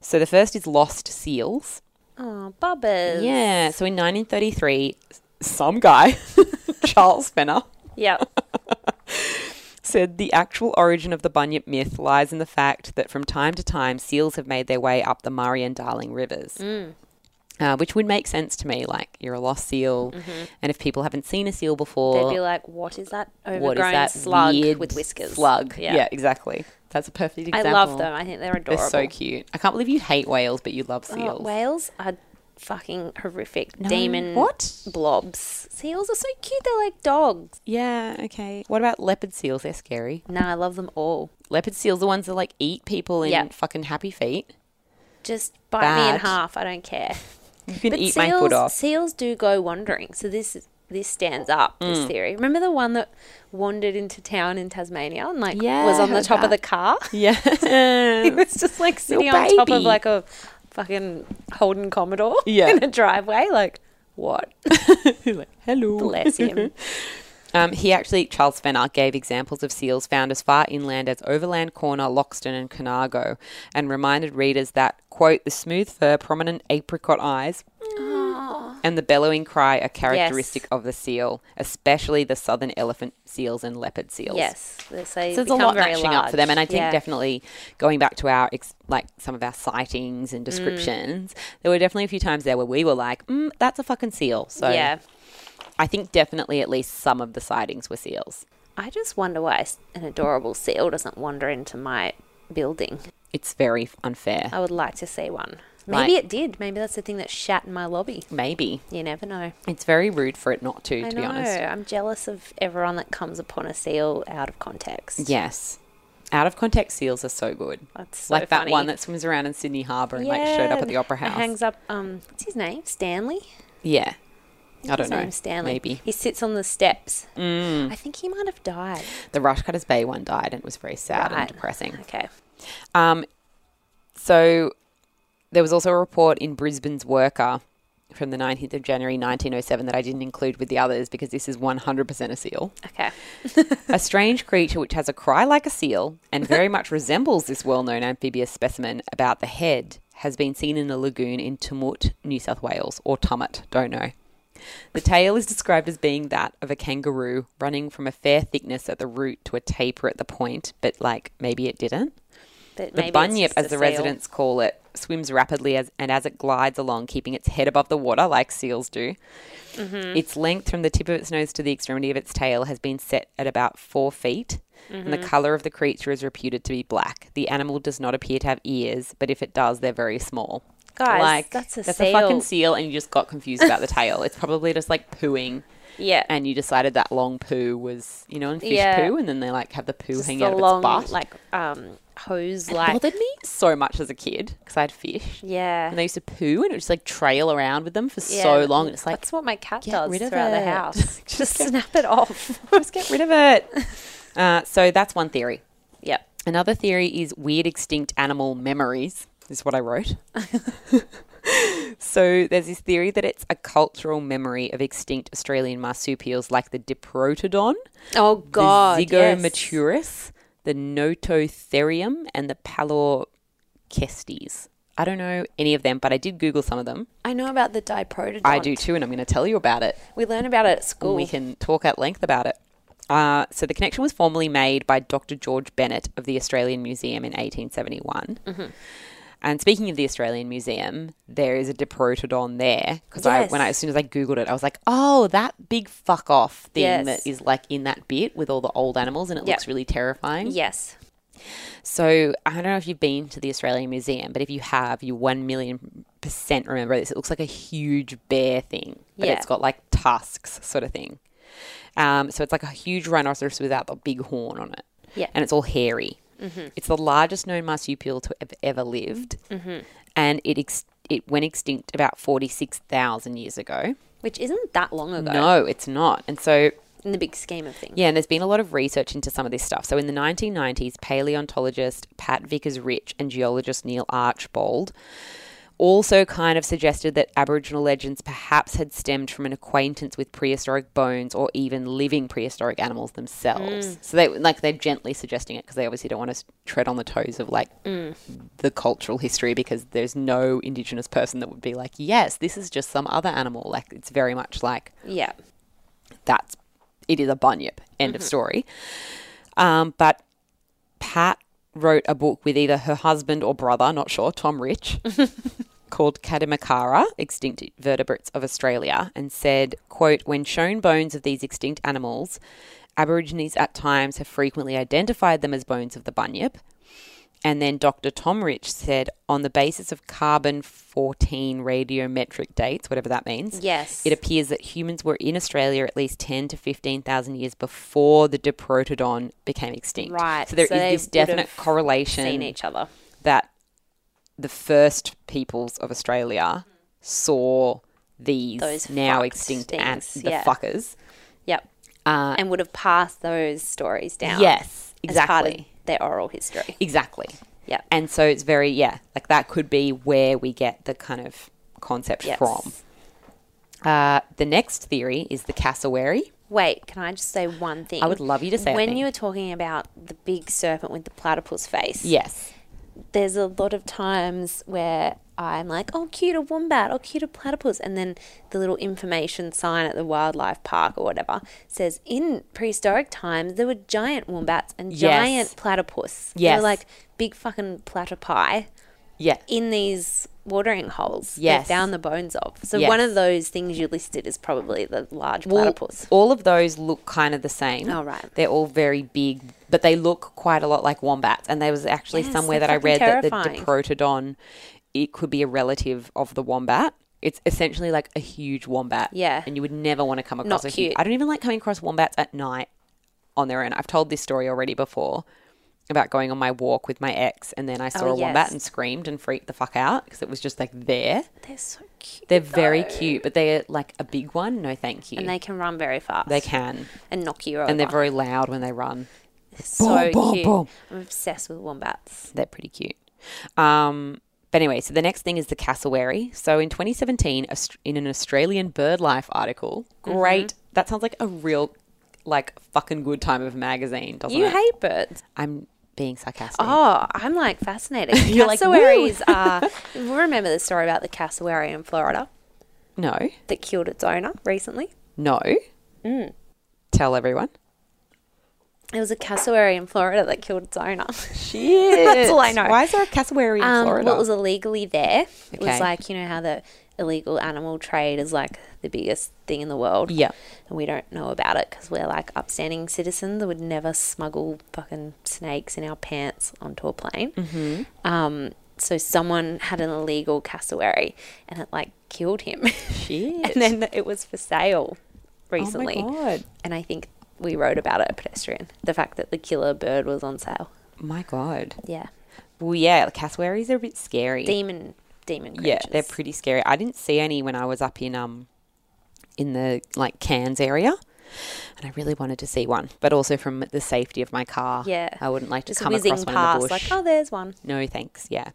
S2: So the first is lost seals.
S1: Oh, bubbers.
S2: Yeah. So in 1933, s- some guy, Charles Fenner,
S1: Yep.
S2: said the actual origin of the bunyip myth lies in the fact that from time to time seals have made their way up the Murray and Darling rivers.
S1: Mm.
S2: Uh, which would make sense to me. Like, you're a lost seal. And if people haven't seen a seal before,
S1: Mm-hmm. They'd be like, "What is that overgrown
S2: what is that
S1: slug
S2: weird
S1: with whiskers?"
S2: Slug. Yeah.
S1: Yeah.
S2: exactly. That's a perfect
S1: I
S2: example.
S1: love them. I think they're adorable.
S2: They're so cute. I can't believe you hate whales, but you love
S1: Oh,
S2: seals.
S1: whales are fucking horrific
S2: No.
S1: demon
S2: What?
S1: blobs. Seals are so cute. They're like dogs.
S2: Yeah, okay. What about leopard seals? They're scary.
S1: Nah, I love them all.
S2: Leopard seals are ones that like eat people in
S1: Yeah.
S2: fucking happy feet.
S1: Just bite me in
S2: Bad.
S1: half. I don't care.
S2: You can
S1: But
S2: eat
S1: seals,
S2: my foot off.
S1: Seals do go wandering. So this is- this stands up. This
S2: Mm.
S1: theory. Remember the one that wandered into town in Tasmania and like
S2: Yeah,
S1: was
S2: I
S1: on the
S2: heard
S1: top of the
S2: that.
S1: car.
S2: Yeah.
S1: It was just like sitting
S2: Little
S1: on top of
S2: baby.
S1: like a fucking Holden Commodore
S2: Yeah.
S1: in a driveway. Like, what?
S2: Hello.
S1: Bless him.
S2: Um, he actually, Charles Fenner, gave examples of seals found as far inland as Overland Corner, Loxton, and Conago, and reminded readers that, quote, the smooth fur, prominent apricot eyes, and the bellowing cry are characteristic of the seal, especially the southern elephant seals and leopard seals.
S1: yes. They say
S2: So there's a
S1: become
S2: lot
S1: very
S2: matching
S1: large.
S2: up for them, and I think
S1: Yeah.
S2: definitely going back to our ex- like some of our sightings
S1: Mm.
S2: and descriptions, there were definitely a few times there where we were like, mm, "That's a fucking seal." So
S1: Yeah.
S2: I think definitely at least some of the sightings were seals.
S1: I just wonder why s- an adorable seal doesn't wander into my building.
S2: It's very f- unfair.
S1: I would like to see one. Maybe
S2: Like-
S1: it did. Maybe that's the thing that shat in my lobby.
S2: Maybe
S1: You never know.
S2: it's very rude for it not to.
S1: I
S2: to
S1: know.
S2: be honest,
S1: I'm jealous of everyone that comes upon a seal out of context.
S2: yes. Out of context seals are so good.
S1: That's so
S2: like that
S1: funny.
S2: one that swims around in Sydney Harbour and like showed up at the Opera
S1: and
S2: House.
S1: Hangs up. Um, what's his name? Stanley.
S2: yeah. I don't
S1: His
S2: know.
S1: name's Stanley.
S2: Maybe. Mm.
S1: He sits on the steps. I think he might have died.
S2: The Rushcutters Bay one died and it was very sad and
S1: Right.
S2: depressing.
S1: Okay.
S2: Um, so there was also a report in Brisbane's Worker from the 19th of January 1907 that I didn't include with the others because this is 100% a seal.
S1: Okay.
S2: a strange creature which has a cry like a seal and very much resembles this well-known amphibious specimen about the head has been seen in a lagoon in Tumut, New South Wales, or Tumut, don't know. The tail is described as being that of a kangaroo running from a fair thickness at the root to a taper at the point, but like maybe it didn't.
S1: But
S2: The
S1: maybe it's
S2: bunyip,
S1: just
S2: as
S1: a
S2: the
S1: seal.
S2: residents call it, swims rapidly as, and as it glides along, keeping its head above the water like seals do.
S1: Mm-hmm.
S2: Its length from the tip of its nose to the extremity of its tail has been set at about four feet, and
S1: Mm-hmm.
S2: the colour of the creature is reputed to be black. The animal does not appear to have ears, but if it does, they're very small.
S1: Guys, that's a
S2: fucking
S1: seal.
S2: seal, and you just got confused about the tail. It's probably just like pooing,
S1: Yeah.
S2: and you decided that long poo was, you know, in fish
S1: Yeah.
S2: poo, and then they like have the poo
S1: Just
S2: hanging
S1: the
S2: out of
S1: long,
S2: its butt
S1: like um, hose,
S2: it
S1: like
S2: bothered me so much as a kid because I had fish.
S1: yeah.
S2: And they used to poo and it would just like trail around with them for
S1: Yeah,
S2: so long. It's like,
S1: that's what my cat
S2: "Get
S1: does
S2: rid of
S1: throughout the
S2: it."
S1: house.
S2: Just
S1: Just
S2: get-
S1: snap it off.
S2: just get rid of it. Uh, so that's one theory.
S1: yep.
S2: Another theory is weird extinct animal memories, is what I wrote. so there's this theory that it's a cultural memory of extinct Australian marsupials like the Diprotodon,
S1: Oh God.
S2: the Zygomaturus, the Nototherium, and the Palorchestes. I don't know any of them, but I did Google some of them.
S1: I know about the diprotodon.
S2: I do too, and I'm going to tell you about it.
S1: We learn about it at
S2: and
S1: school.
S2: We can talk at length about it. Uh, so the connection was formally made by Dr. George Bennett of the Australian Museum in 1871.
S1: Mm-hmm.
S2: And speaking of the Australian Museum, there is a Diprotodon there because I, when I,
S1: Yes.
S2: as soon as I googled it, I was like, "Oh, that big fuck off thing
S1: Yes.
S2: that is like in that bit with all the old animals, and it
S1: Yep.
S2: looks really terrifying."
S1: yes.
S2: So I don't know if you've been to the Australian Museum, but if you have, you one million percent remember this. It looks like a huge bear thing, but
S1: Yeah.
S2: it's got like tusks, sort of thing. Um, so it's like a huge rhinoceros without the big horn on it.
S1: Yeah. Mm-hmm.
S2: and it's all hairy. It's the largest known marsupial to have ever lived,
S1: Mm-hmm.
S2: and it ex- it went extinct about forty six thousand years ago.
S1: Which isn't that long ago
S2: No, it's not. And so
S1: in the big scheme of things.
S2: yeah, and there's been a lot of research into some of this stuff. So in the 1990s, paleontologist Pat Vickers Rich and geologist Neil Archbold also kind of suggested that Aboriginal legends perhaps had stemmed from an acquaintance with prehistoric bones or even living prehistoric animals themselves. So they like they're gently suggesting it because they obviously don't want to tread on the toes of like the cultural history because there's no indigenous person that would be like, yes, this is just some other animal. Like it's very much like
S1: Yeah.
S2: that's it is a bunyip. End of story. Um, but Pat wrote a book with either her husband or brother, not sure, Tom Rich, called Kadamakara, Extinct Vertebrates of Australia, and said, quote, when shown bones of these extinct animals, Aborigines at times have frequently identified them as bones of the bunyip. And then Dr. Tom Rich said, on the basis of carbon 14 radiometric dates, whatever that means,
S1: Yes.
S2: it appears that humans were in Australia at least 10 to 15,000 years before the Diprotodon became extinct.
S1: Right,
S2: So there is
S1: so they
S2: this
S1: would
S2: definite
S1: have
S2: correlation
S1: Seen each other.
S2: that the first peoples of Australia saw these
S1: Those
S2: now
S1: fucked
S2: extinct ants,
S1: things,
S2: the
S1: yeah.
S2: fuckers.
S1: Yep.
S2: Uh,
S1: and would have passed those stories down.
S2: Yes,
S1: As part of
S2: exactly.
S1: their oral history.
S2: Exactly.
S1: Yep.
S2: And so it's very, yeah, like that could be where we get the kind of concept
S1: Yes.
S2: from. Uh, the next theory is the cassowary.
S1: Wait, can I just say one thing?
S2: I would love you to say it,
S1: when
S2: Nick.
S1: you were talking about the big serpent with the platypus face.
S2: Yes.
S1: There's a lot of times where I'm like, "Oh, cute a wombat! Oh, cute a platypus!" And then the little information sign at the wildlife park or whatever says, "In prehistoric times, there were giant wombats and
S2: Yes.
S1: giant platypus. They
S2: Yes.
S1: were like big fucking platypi."
S2: Yeah.
S1: in these watering holes
S2: Yes.
S1: they found the bones of. So
S2: Yes.
S1: one of those things you listed is probably the large
S2: Well,
S1: platypus.
S2: all of those look kind of the same.
S1: Oh, right.
S2: They're all very big, but they look quite a lot like wombats. And there was actually
S1: Yes,
S2: somewhere
S1: they're
S2: that I read
S1: fucking
S2: that the
S1: terrifying.
S2: Diprotodon, it could be a relative of the wombat. It's essentially like a huge wombat.
S1: Yeah.
S2: And you would never want to come across a huge.
S1: cute.
S2: I don't even like coming across wombats at night on their own. I've told this story already before. about going on my walk with my ex, and then I saw
S1: Oh,
S2: a wombat
S1: yes.
S2: and screamed and freaked the fuck out because it was just like there.
S1: They're so cute.
S2: They're very
S1: though.
S2: cute, but they're like a big one. No, thank you.
S1: And they can run very fast.
S2: They can,
S1: And knock you over.
S2: and they're very loud when they run. boom,
S1: so
S2: boom,
S1: cute.
S2: boom.
S1: I'm obsessed with wombats.
S2: They're pretty cute. Um, but anyway, so the next thing is the cassowary. So in 2017, Aus- in an Australian BirdLife article, great. That sounds like a real, like fucking good time of a magazine, doesn't
S1: You
S2: it?
S1: hate birds.
S2: I'm being sarcastic.
S1: Oh, I'm like fascinated.
S2: You're like,
S1: Cassowaries are. Remember the story about the cassowary in Florida
S2: No,
S1: that killed its owner recently?
S2: no. Mm. Tell everyone.
S1: It was a cassowary in Florida that killed its owner.
S2: Shit.
S1: That's all I know.
S2: Why is there a cassowary in
S1: Um,
S2: Florida?
S1: what was illegally there? It was
S2: Okay.
S1: like you know how the illegal animal trade is like the biggest thing in the world.
S2: Yeah.
S1: and we don't know about it because we're like upstanding citizens that would never smuggle fucking snakes in our pants onto a plane. Mm-hmm. Um, so someone had an illegal cassowary, and it like killed him.
S2: Shit.
S1: and then it was for sale recently.
S2: Oh my god.
S1: And I think we wrote about it, at pedestrian. The fact that the killer bird was on sale.
S2: My god.
S1: Yeah,
S2: Well, yeah, cassowaries are a bit scary.
S1: demon, demon. Creatures.
S2: yeah, they're pretty scary. I didn't see any when I was up in um in the like Cairns area. And I really wanted to see one, but also from the safety of my car.
S1: Yeah.
S2: I wouldn't like to
S1: just
S2: come
S1: whizzing
S2: across one in
S1: past,
S2: the bush.
S1: like oh, there's one.
S2: No, thanks. Yeah.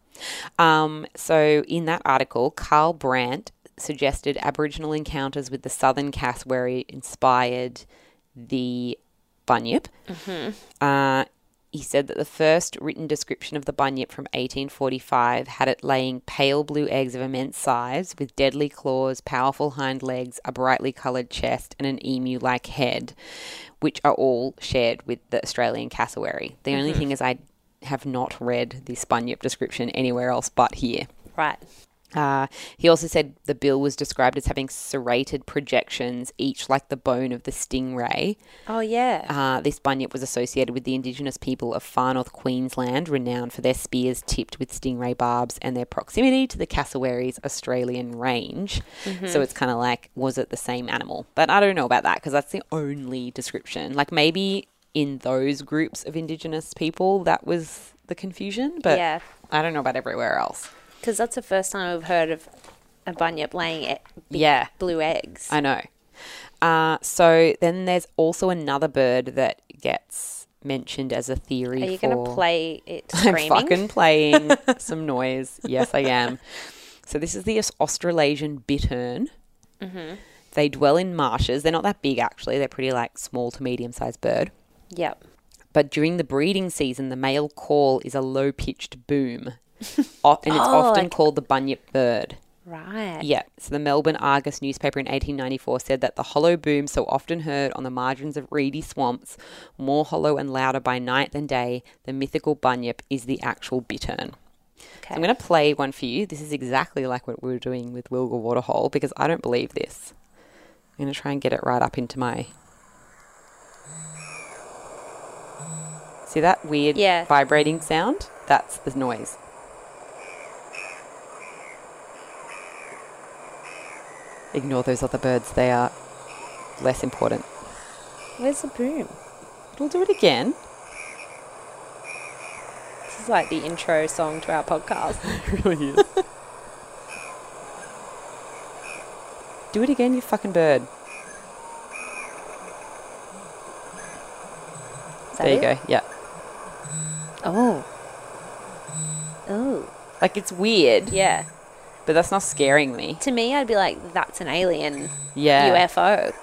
S2: Um, so in that article, Carl Brandt suggested Aboriginal encounters with the Southern Cassowary inspired the bunyip. Mm-hmm. Uh, he said that the first written description of the bunyip from 1845 had it laying pale blue eggs of immense size, with deadly claws, powerful hind legs, a brightly coloured chest, and an emu like head, which are all shared with the Australian cassowary. The only thing is, I have not read this bunyip description anywhere else but here.
S1: Right.
S2: Uh, he also said the bill was described as having serrated projections, each like the bone of the stingray.
S1: Oh yeah.
S2: Uh, this bunyip was associated with the indigenous people of far north Queensland, renowned for their spears tipped with stingray barbs and their proximity to the cassowary's Australian range.
S1: Mm-hmm.
S2: So it's kind of like, was it the same animal? But I don't know about that because that's the only description. Like maybe in those groups of indigenous people, that was the confusion, but
S1: Yeah.
S2: I don't know about everywhere else.
S1: Because that's the first time I've heard of a bunyip laying e- big
S2: Yeah.
S1: blue eggs.
S2: I know. Uh, so then there's also another bird that gets mentioned as a theory.
S1: Are you
S2: for...
S1: going to play it
S2: I'm
S1: screaming?
S2: fucking playing some noise. Yes, I am. So this is the Aus- Australasian bittern. They dwell in marshes. They're not that big actually. They're pretty like small to medium sized bird.
S1: Yep.
S2: But during the breeding season, the male call is a low pitched boom, O- and it's often called the bunyip bird.
S1: Right.
S2: Yeah. So the Melbourne Argus newspaper in 1894 said that the hollow boom, so often heard on the margins of reedy swamps, more hollow and louder by night than day, the mythical bunyip is the actual bittern.
S1: Okay.
S2: So I'm going to play one for you. This is exactly like what we were doing with Wilga Waterhole because I don't believe this. I'm going to try and get it right up into my. See that weird
S1: Yeah.
S2: vibrating sound? That's the noise. Ignore those other birds, they are less important.
S1: Where's the boom?
S2: We'll do it again.
S1: This is like the intro song to our podcast.
S2: really is. Do it again, you fucking bird.
S1: Is that
S2: There you
S1: it?
S2: go. Yeah.
S1: Oh. Oh.
S2: Like it's weird,
S1: Yeah.
S2: but that's not scaring me.
S1: To me, I'd be like, that's an alien
S2: Yeah.
S1: UFO.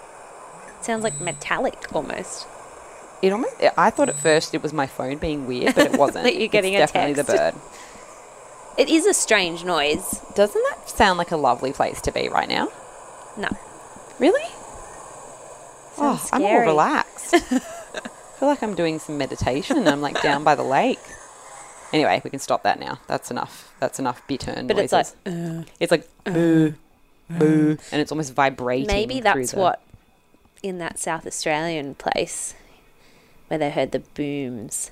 S1: Sounds like metallic almost.
S2: It almost. I thought at first it was my phone being weird, but it wasn't.
S1: That you're
S2: It's
S1: getting a
S2: definitely
S1: text.
S2: the bird.
S1: It is a strange noise.
S2: Doesn't that sound like a lovely place to be right now?
S1: No.
S2: Really?
S1: Sounds
S2: Oh, I'm all
S1: scary.
S2: relaxed. I feel like I'm doing some meditation. and I'm like down by the lake. Anyway, we can stop that now. That's enough. That's enough bittern
S1: But it's
S2: noises.
S1: like,
S2: It's like boo, boo, and it's almost vibrating.
S1: maybe
S2: through
S1: that's
S2: the-
S1: what in that South Australian place where they heard the booms.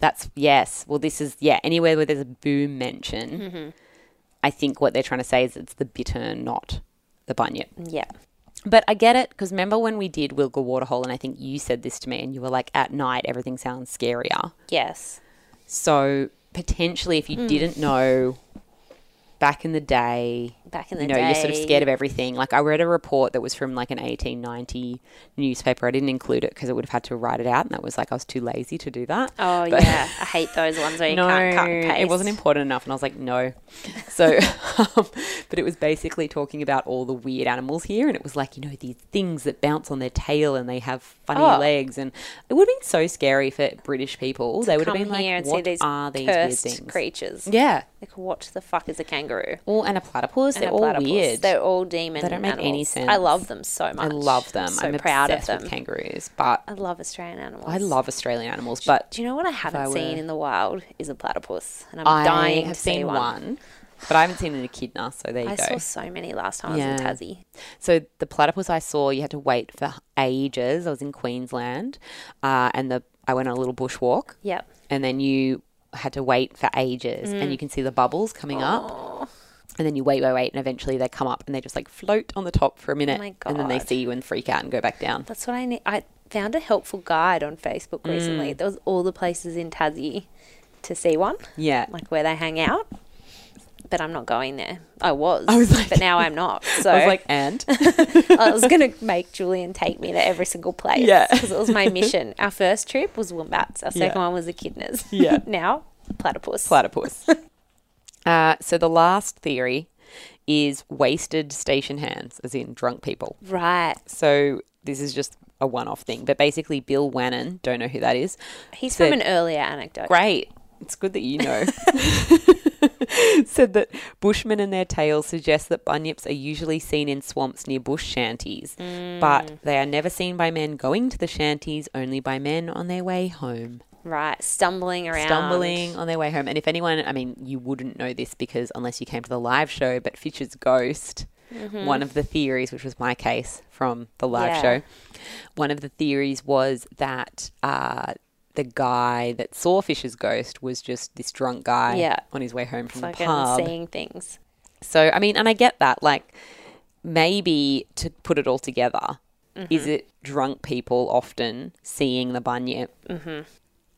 S2: That's yes. Well, this is yeah. Anywhere where there's a boom mention,
S1: Mm-hmm.
S2: I think what they're trying to say is it's the bittern, not the bunyip.
S1: Yeah.
S2: But I get it because remember when we did Wilga Waterhole, and I think you said this to me, and you were like, at night everything sounds scarier.
S1: Yes.
S2: So potentially, if you
S1: Mm.
S2: didn't know back in the day,
S1: Back in the
S2: you know,
S1: day.
S2: you're sort of scared of everything. Like I read a report that was from like an 1890 newspaper. I didn't include it because I would have had to write it out, and that was like I was too lazy to do that.
S1: Oh
S2: But-
S1: yeah, I hate those ones where you can't cut and paste.
S2: it wasn't important enough, and I was like, no. So, um, but it was basically talking about all the weird animals here, and it was like you know these things that bounce on their tail and they have funny
S1: Oh.
S2: legs, and it would have been so scary for British people. they would have
S1: Come
S2: been like,
S1: here and
S2: what
S1: see these
S2: are these weird
S1: cursed
S2: things?
S1: creatures.
S2: Yeah.
S1: Like what the fuck is a kangaroo?
S2: Well, and a platypus.
S1: And
S2: They're
S1: a
S2: all
S1: platypus.
S2: weird.
S1: They're all demon.
S2: They don't make any
S1: animals. I
S2: sense.
S1: love them so much.
S2: I love them.
S1: So
S2: I'm
S1: proud of
S2: obsessed
S1: them.
S2: with kangaroos, but
S1: I love Australian animals.
S2: I love Australian animals. But
S1: Do you know what I haven't
S2: I were-
S1: seen in the wild is a platypus, and I'm
S2: I
S1: dying
S2: have
S1: to
S2: seen
S1: see
S2: one. but I haven't seen an echidna. So there you
S1: I
S2: go.
S1: saw so many last time I
S2: Yeah.
S1: was in Tassie.
S2: So the platypus I saw, you had to wait for ages. I was in Queensland, uh, and the I went on a little bushwalk,
S1: Yep.
S2: and then you had to wait for ages,
S1: Mm.
S2: and you can see the bubbles coming up. And then you wait, wait, wait, and eventually they come up and they just like float on the top for a minute,
S1: Oh my
S2: and then they
S1: God.
S2: see you and freak out and go back down.
S1: That's what I need. I found a helpful guide on Facebook recently.
S2: Mm.
S1: There was all the places in Tassie to see one,
S2: Yeah,
S1: like where they hang out. But I'm not going there. I was,
S2: was like-
S1: but now I'm not. So
S2: I was like, and
S1: I was going to make Julian take me to every single place.
S2: Yeah.
S1: Because it was my mission. Our first trip was wombats. Our second
S2: Yeah.
S1: one was echidnas.
S2: Yeah.
S1: now, platypus.
S2: platypus. uh, so the last theory is wasted station hands, as in drunk people.
S1: right.
S2: So this is just a one-off thing, but basically Bill Wannon, don't know who that is.
S1: He's
S2: said-
S1: from an earlier anecdote.
S2: Great. It's good that you know. Said that Bushmen and their tales suggest that bunyips are usually seen in swamps near bush shanties, but they are never seen by men going to the shanties, only by men on their way home,
S1: Right. Stumbling around.
S2: stumbling on their way home. And if anyone, I mean, you wouldn't know this because unless you came to the live show, but Fisher's ghost, one of the theories, which was my case from the live
S1: Mm-hmm. Yeah.
S2: show, one of the theories was that uh, the guy that saw Fisher's ghost was just this drunk guy
S1: Yeah.
S2: on his way home from the
S1: Fucking
S2: pub.
S1: seeing things.
S2: So, I mean, and I get that. Like, maybe to put it all together, is it drunk people often seeing the bunyip?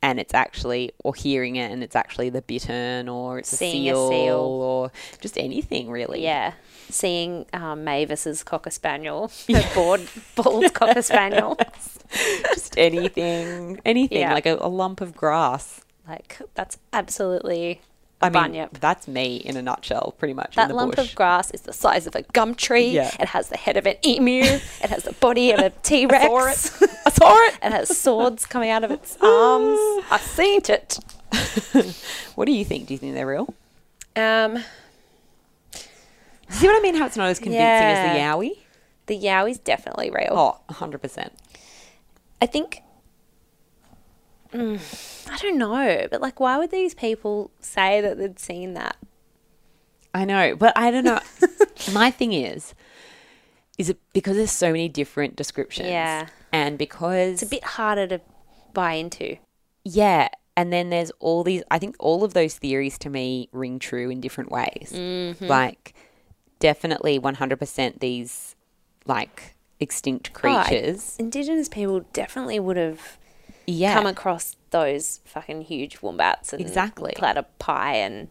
S2: And it's actually, or hearing it, and it's actually the bittern, or it's
S1: Seeing
S2: a,
S1: a
S2: seal,
S1: seal.
S2: or just anything really.
S1: Yeah. Seeing um, Mavis's cocker spaniel, her bored, bald cocker spaniel.
S2: just anything, anything
S1: Yeah.
S2: like a, a lump of grass.
S1: Like, that's absolutely a
S2: I mean,
S1: bunyip.
S2: that's me in a nutshell, pretty much. in
S1: That
S2: the
S1: lump
S2: bush.
S1: of grass is the size of a gum tree.
S2: Yeah.
S1: It has the head of an emu. it has the body of a T Rex.
S2: saw it. I saw it.
S1: It has swords coming out of its arms. I've seen it.
S2: What do you think? Do you think they're real?
S1: Um,
S2: Do you see what I mean? How it's not as convincing as the
S1: Yeah.
S2: yowie?
S1: the Yowie's definitely real.
S2: Oh, 100%.
S1: I think. Mm, I don't know, but like, why would these people say that they'd seen that?
S2: I know, but I don't know. My thing is, is it because there's so many different descriptions?
S1: Yeah.
S2: And because,
S1: It's a bit harder to buy into.
S2: yeah. And then there's all these, I think all of those theories to me ring true in different ways.
S1: Mm-hmm.
S2: Like, definitely 100% these, like, extinct
S1: Oh, I-
S2: creatures.
S1: Indigenous people definitely would have
S2: yeah.
S1: come across those fucking huge wombats and
S2: Exactly.
S1: platter pie and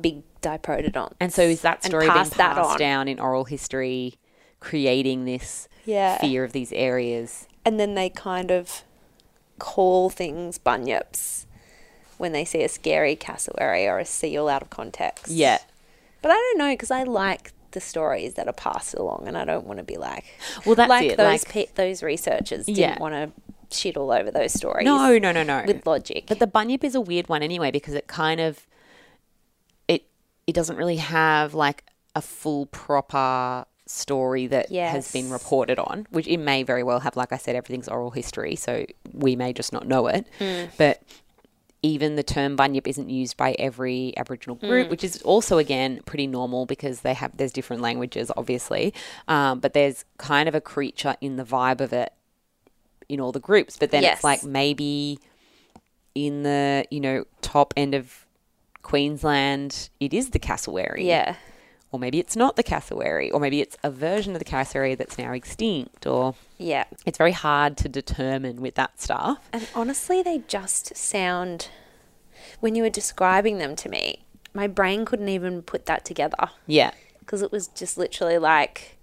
S1: big diprotodon.
S2: And so is that
S1: and
S2: story being
S1: pass
S2: passed
S1: that on.
S2: down in oral history, creating this
S1: Yeah.
S2: fear of these areas?
S1: and then they kind of call things bunyips when they see a scary cassowary or a seal out of context. But I don't know because I like the stories that are passed along and I don't want to be like,
S2: Well, that's
S1: like
S2: it.
S1: those
S2: like,
S1: pe- those researchers didn't
S2: Yeah.
S1: want to shit all over those stories.
S2: no, no, no, no.
S1: With logic.
S2: but the bunyip is a weird one anyway because it kind of it it doesn't really have like a full proper story that has been
S1: Yes.
S2: reported on, which it may very well have. Like I said, everything's oral history, so we may just not know it.
S1: Hmm.
S2: But even the term bunyip isn't used by every Aboriginal group,
S1: Hmm.
S2: which is also again pretty normal because they have there's different languages, obviously, um, but there's kind of a creature in the vibe of it in all the groups. But then
S1: Yes.
S2: it's like maybe in the you know top end of Queensland, it is the cassowary,
S1: yeah.
S2: or maybe it's not the cassowary, or maybe it's a version of the cassowary that's now extinct, or
S1: Yeah.
S2: it's very hard to determine with that stuff.
S1: And honestly, they just sound. When you were describing them to me, my brain couldn't even put that together
S2: Yeah.
S1: because it was just literally like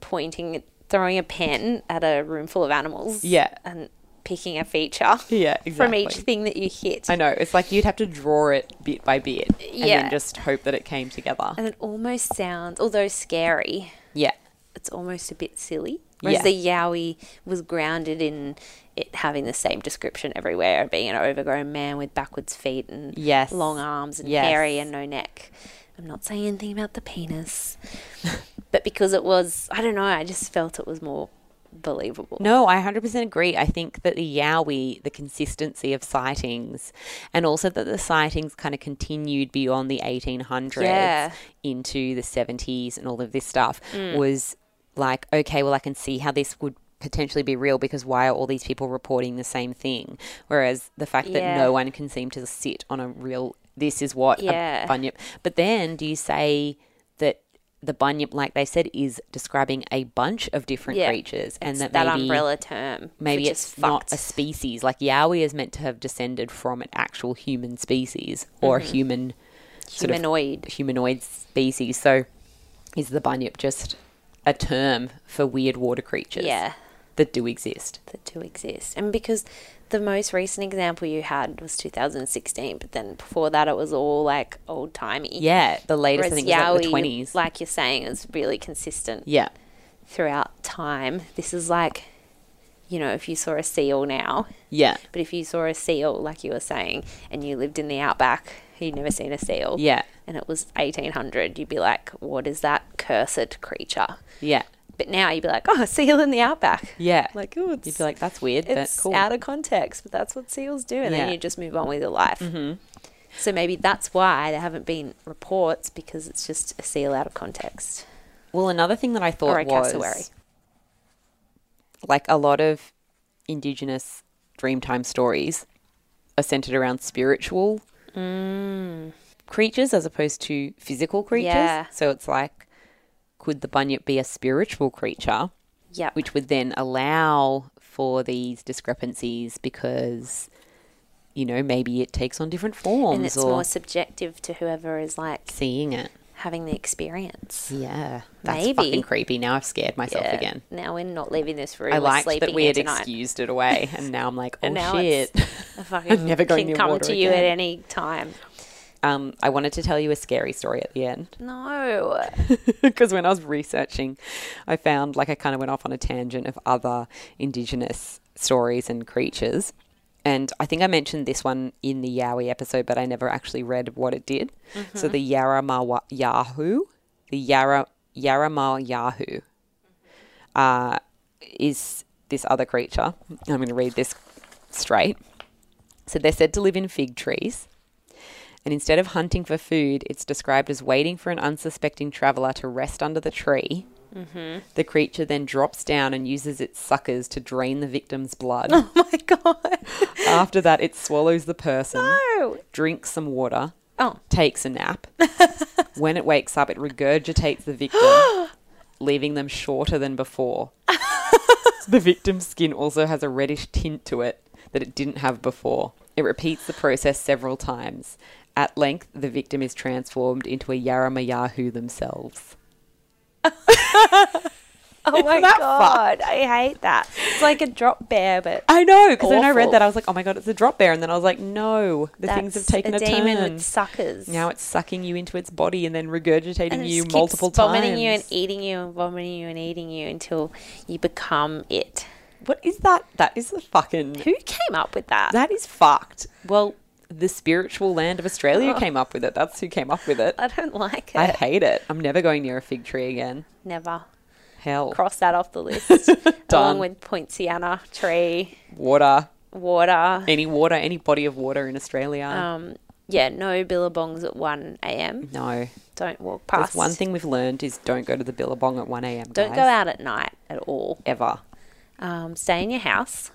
S1: pointing, throwing a pen at a room full of animals.
S2: Yeah.
S1: And picking a feature.
S2: Yeah,
S1: From
S2: exactly.
S1: each thing that you hit.
S2: I know. It's like you'd have to draw it bit by bit and
S1: Yeah.
S2: then just hope that it came together.
S1: And it almost sounds, although scary,
S2: Yeah.
S1: it's almost a bit silly. Whereas
S2: Yeah.
S1: the Yowie was grounded in it having the same description everywhere and being an overgrown man with backwards feet and
S2: Yes.
S1: long arms and
S2: Yes.
S1: hairy and no neck. I'm not saying anything about the penis. but because it was, I don't know, I just felt it was more believable.
S2: No, I 100% agree. I think that the Yowie, the consistency of sightings, and also that the sightings kind of continued beyond the 1800s
S1: Yeah. Mm.
S2: into the 70s and all of this stuff was like, okay, well, I can see how this would potentially be real because why are all these people reporting the same thing? Whereas the fact that
S1: Yeah.
S2: no one can seem to sit on a real, this is what
S1: Yeah.
S2: a bunyip. But then do you say that? The bunyip, like they said, is describing a bunch of different
S1: Yeah.
S2: creatures, and
S1: It's
S2: that,
S1: that,
S2: maybe
S1: umbrella term. for
S2: maybe
S1: just
S2: it's not
S1: fucked.
S2: a species. Like Yowie is meant to have descended from an actual human species or
S1: Mm-hmm.
S2: a human sort of
S1: humanoid.
S2: humanoid species. So is the bunyip just a term for weird water creatures
S1: yeah.
S2: that do exist?
S1: that do exist. And because the most recent example you had was 2016, but then before that it was all like old timey.
S2: Yeah, the latest
S1: Whereas
S2: I think was like the
S1: Yowie,
S2: twenties.
S1: like you're saying, is really consistent
S2: yeah,
S1: throughout time. This is like, you know, if you saw a seal now,
S2: yeah,
S1: but if you saw a seal, like you were saying, and you lived in the outback, you'd never seen a seal.
S2: yeah,
S1: And it was 1800, you'd be like, what is that cursed creature?
S2: yeah,
S1: But now you'd be like, oh, a seal in the outback.
S2: yeah.
S1: Like, oh, it's
S2: You'd be like, that's weird,
S1: it's
S2: but cool.
S1: out of context, but that's what seals do, and
S2: Yeah. Mm-hmm.
S1: then you just move on with your life. So maybe that's why there haven't been reports because it's just a seal out of context
S2: well, another thing that I thought
S1: or a
S2: was
S1: cassowary.
S2: like a lot of indigenous dreamtime stories are centered around spiritual creatures as opposed to physical creatures.
S1: Mm. Yeah.
S2: So it's like, could the bunyip be a spiritual creature,
S1: Yeah,
S2: which would then allow for these discrepancies because, you know, maybe it takes on different forms
S1: and it's
S2: or
S1: more subjective to whoever is like
S2: seeing it.
S1: having the experience.
S2: Yeah, that's
S1: Maybe.
S2: fucking creepy. Now I've scared myself
S1: Yeah.
S2: again.
S1: Now we're not leaving this room.
S2: I
S1: we're
S2: liked
S1: sleeping
S2: that we
S1: here
S2: had
S1: tonight.
S2: excused it away, and now I'm like, oh
S1: And now
S2: shit.
S1: it's- I fucking
S2: never going
S1: can
S2: near
S1: come
S2: water
S1: to you at
S2: again.
S1: any time.
S2: Um, I wanted to tell you a scary story at the end
S1: No.
S2: because when I was researching, I found like I kind of went off on a tangent of other indigenous stories and creatures. And I think I mentioned this one in the Yowie episode, but I never actually read what it did. So the Yarama Yahoo, the Yara Yarama Yahoo, uh, is this other creature. I'm going to read this straight. So they're said to live in fig trees. And instead of hunting for food, it's described as waiting for an unsuspecting traveler to rest under the tree. The creature then drops down and uses its suckers to drain the victim's blood.
S1: oh my god.
S2: After that, it swallows the person,
S1: No.
S2: drinks some water,
S1: Oh.
S2: takes a nap. when it wakes up, it regurgitates the victim, leaving them shorter than before. the victim's skin also has a reddish tint to it that it didn't have before. It repeats the process several times. At length, the victim is transformed into a Yarama Yahoo themselves.
S1: Oh my
S2: that
S1: god. I hate that. It's like a drop bear, but
S2: I know, because when I read
S1: Awful.
S2: that, I was like, oh my god, it's a drop bear. And then I was like, no, the things have
S1: That's
S2: taken a,
S1: demon
S2: turn.
S1: with suckers.
S2: now it's sucking you into its body and then regurgitating
S1: And it
S2: you
S1: just keeps
S2: multiple
S1: vomiting
S2: times.
S1: you and eating you and vomiting you and eating you until you become it.
S2: e- What is that? That is the fucking.
S1: Who came up with that?
S2: That is fucked. Well, the spiritual land of Australia came up with it. That's who came up with it.
S1: Oh. I don't like it.
S2: I hate it. I'm never going near a fig tree again.
S1: Never.
S2: Hell.
S1: Cross that off the list.
S2: Done.
S1: Along with Poinciana, tree,
S2: Water.
S1: water.
S2: Any water, any body of water in Australia.
S1: Um, yeah, no billabongs at 1 a.m.
S2: no.
S1: Don't walk
S2: That's
S1: past.
S2: one thing we've learned is don't go to the Billabong at 1 a.m.
S1: Don't
S2: guys.
S1: go out at night at all.
S2: Ever.
S1: Um, stay in your house.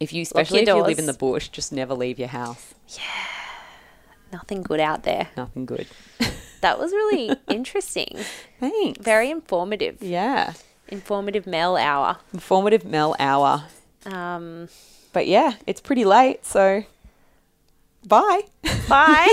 S2: If you, especially if
S1: your
S2: you live
S1: doors.
S2: in the bush, just never leave your house.
S1: Nothing good out there.
S2: Nothing good.
S1: That was really interesting.
S2: Thanks.
S1: Very informative.
S2: Yeah.
S1: Informative mail hour.
S2: Informative Mel hour.
S1: Um,
S2: But yeah, it's pretty late, so bye.
S1: bye.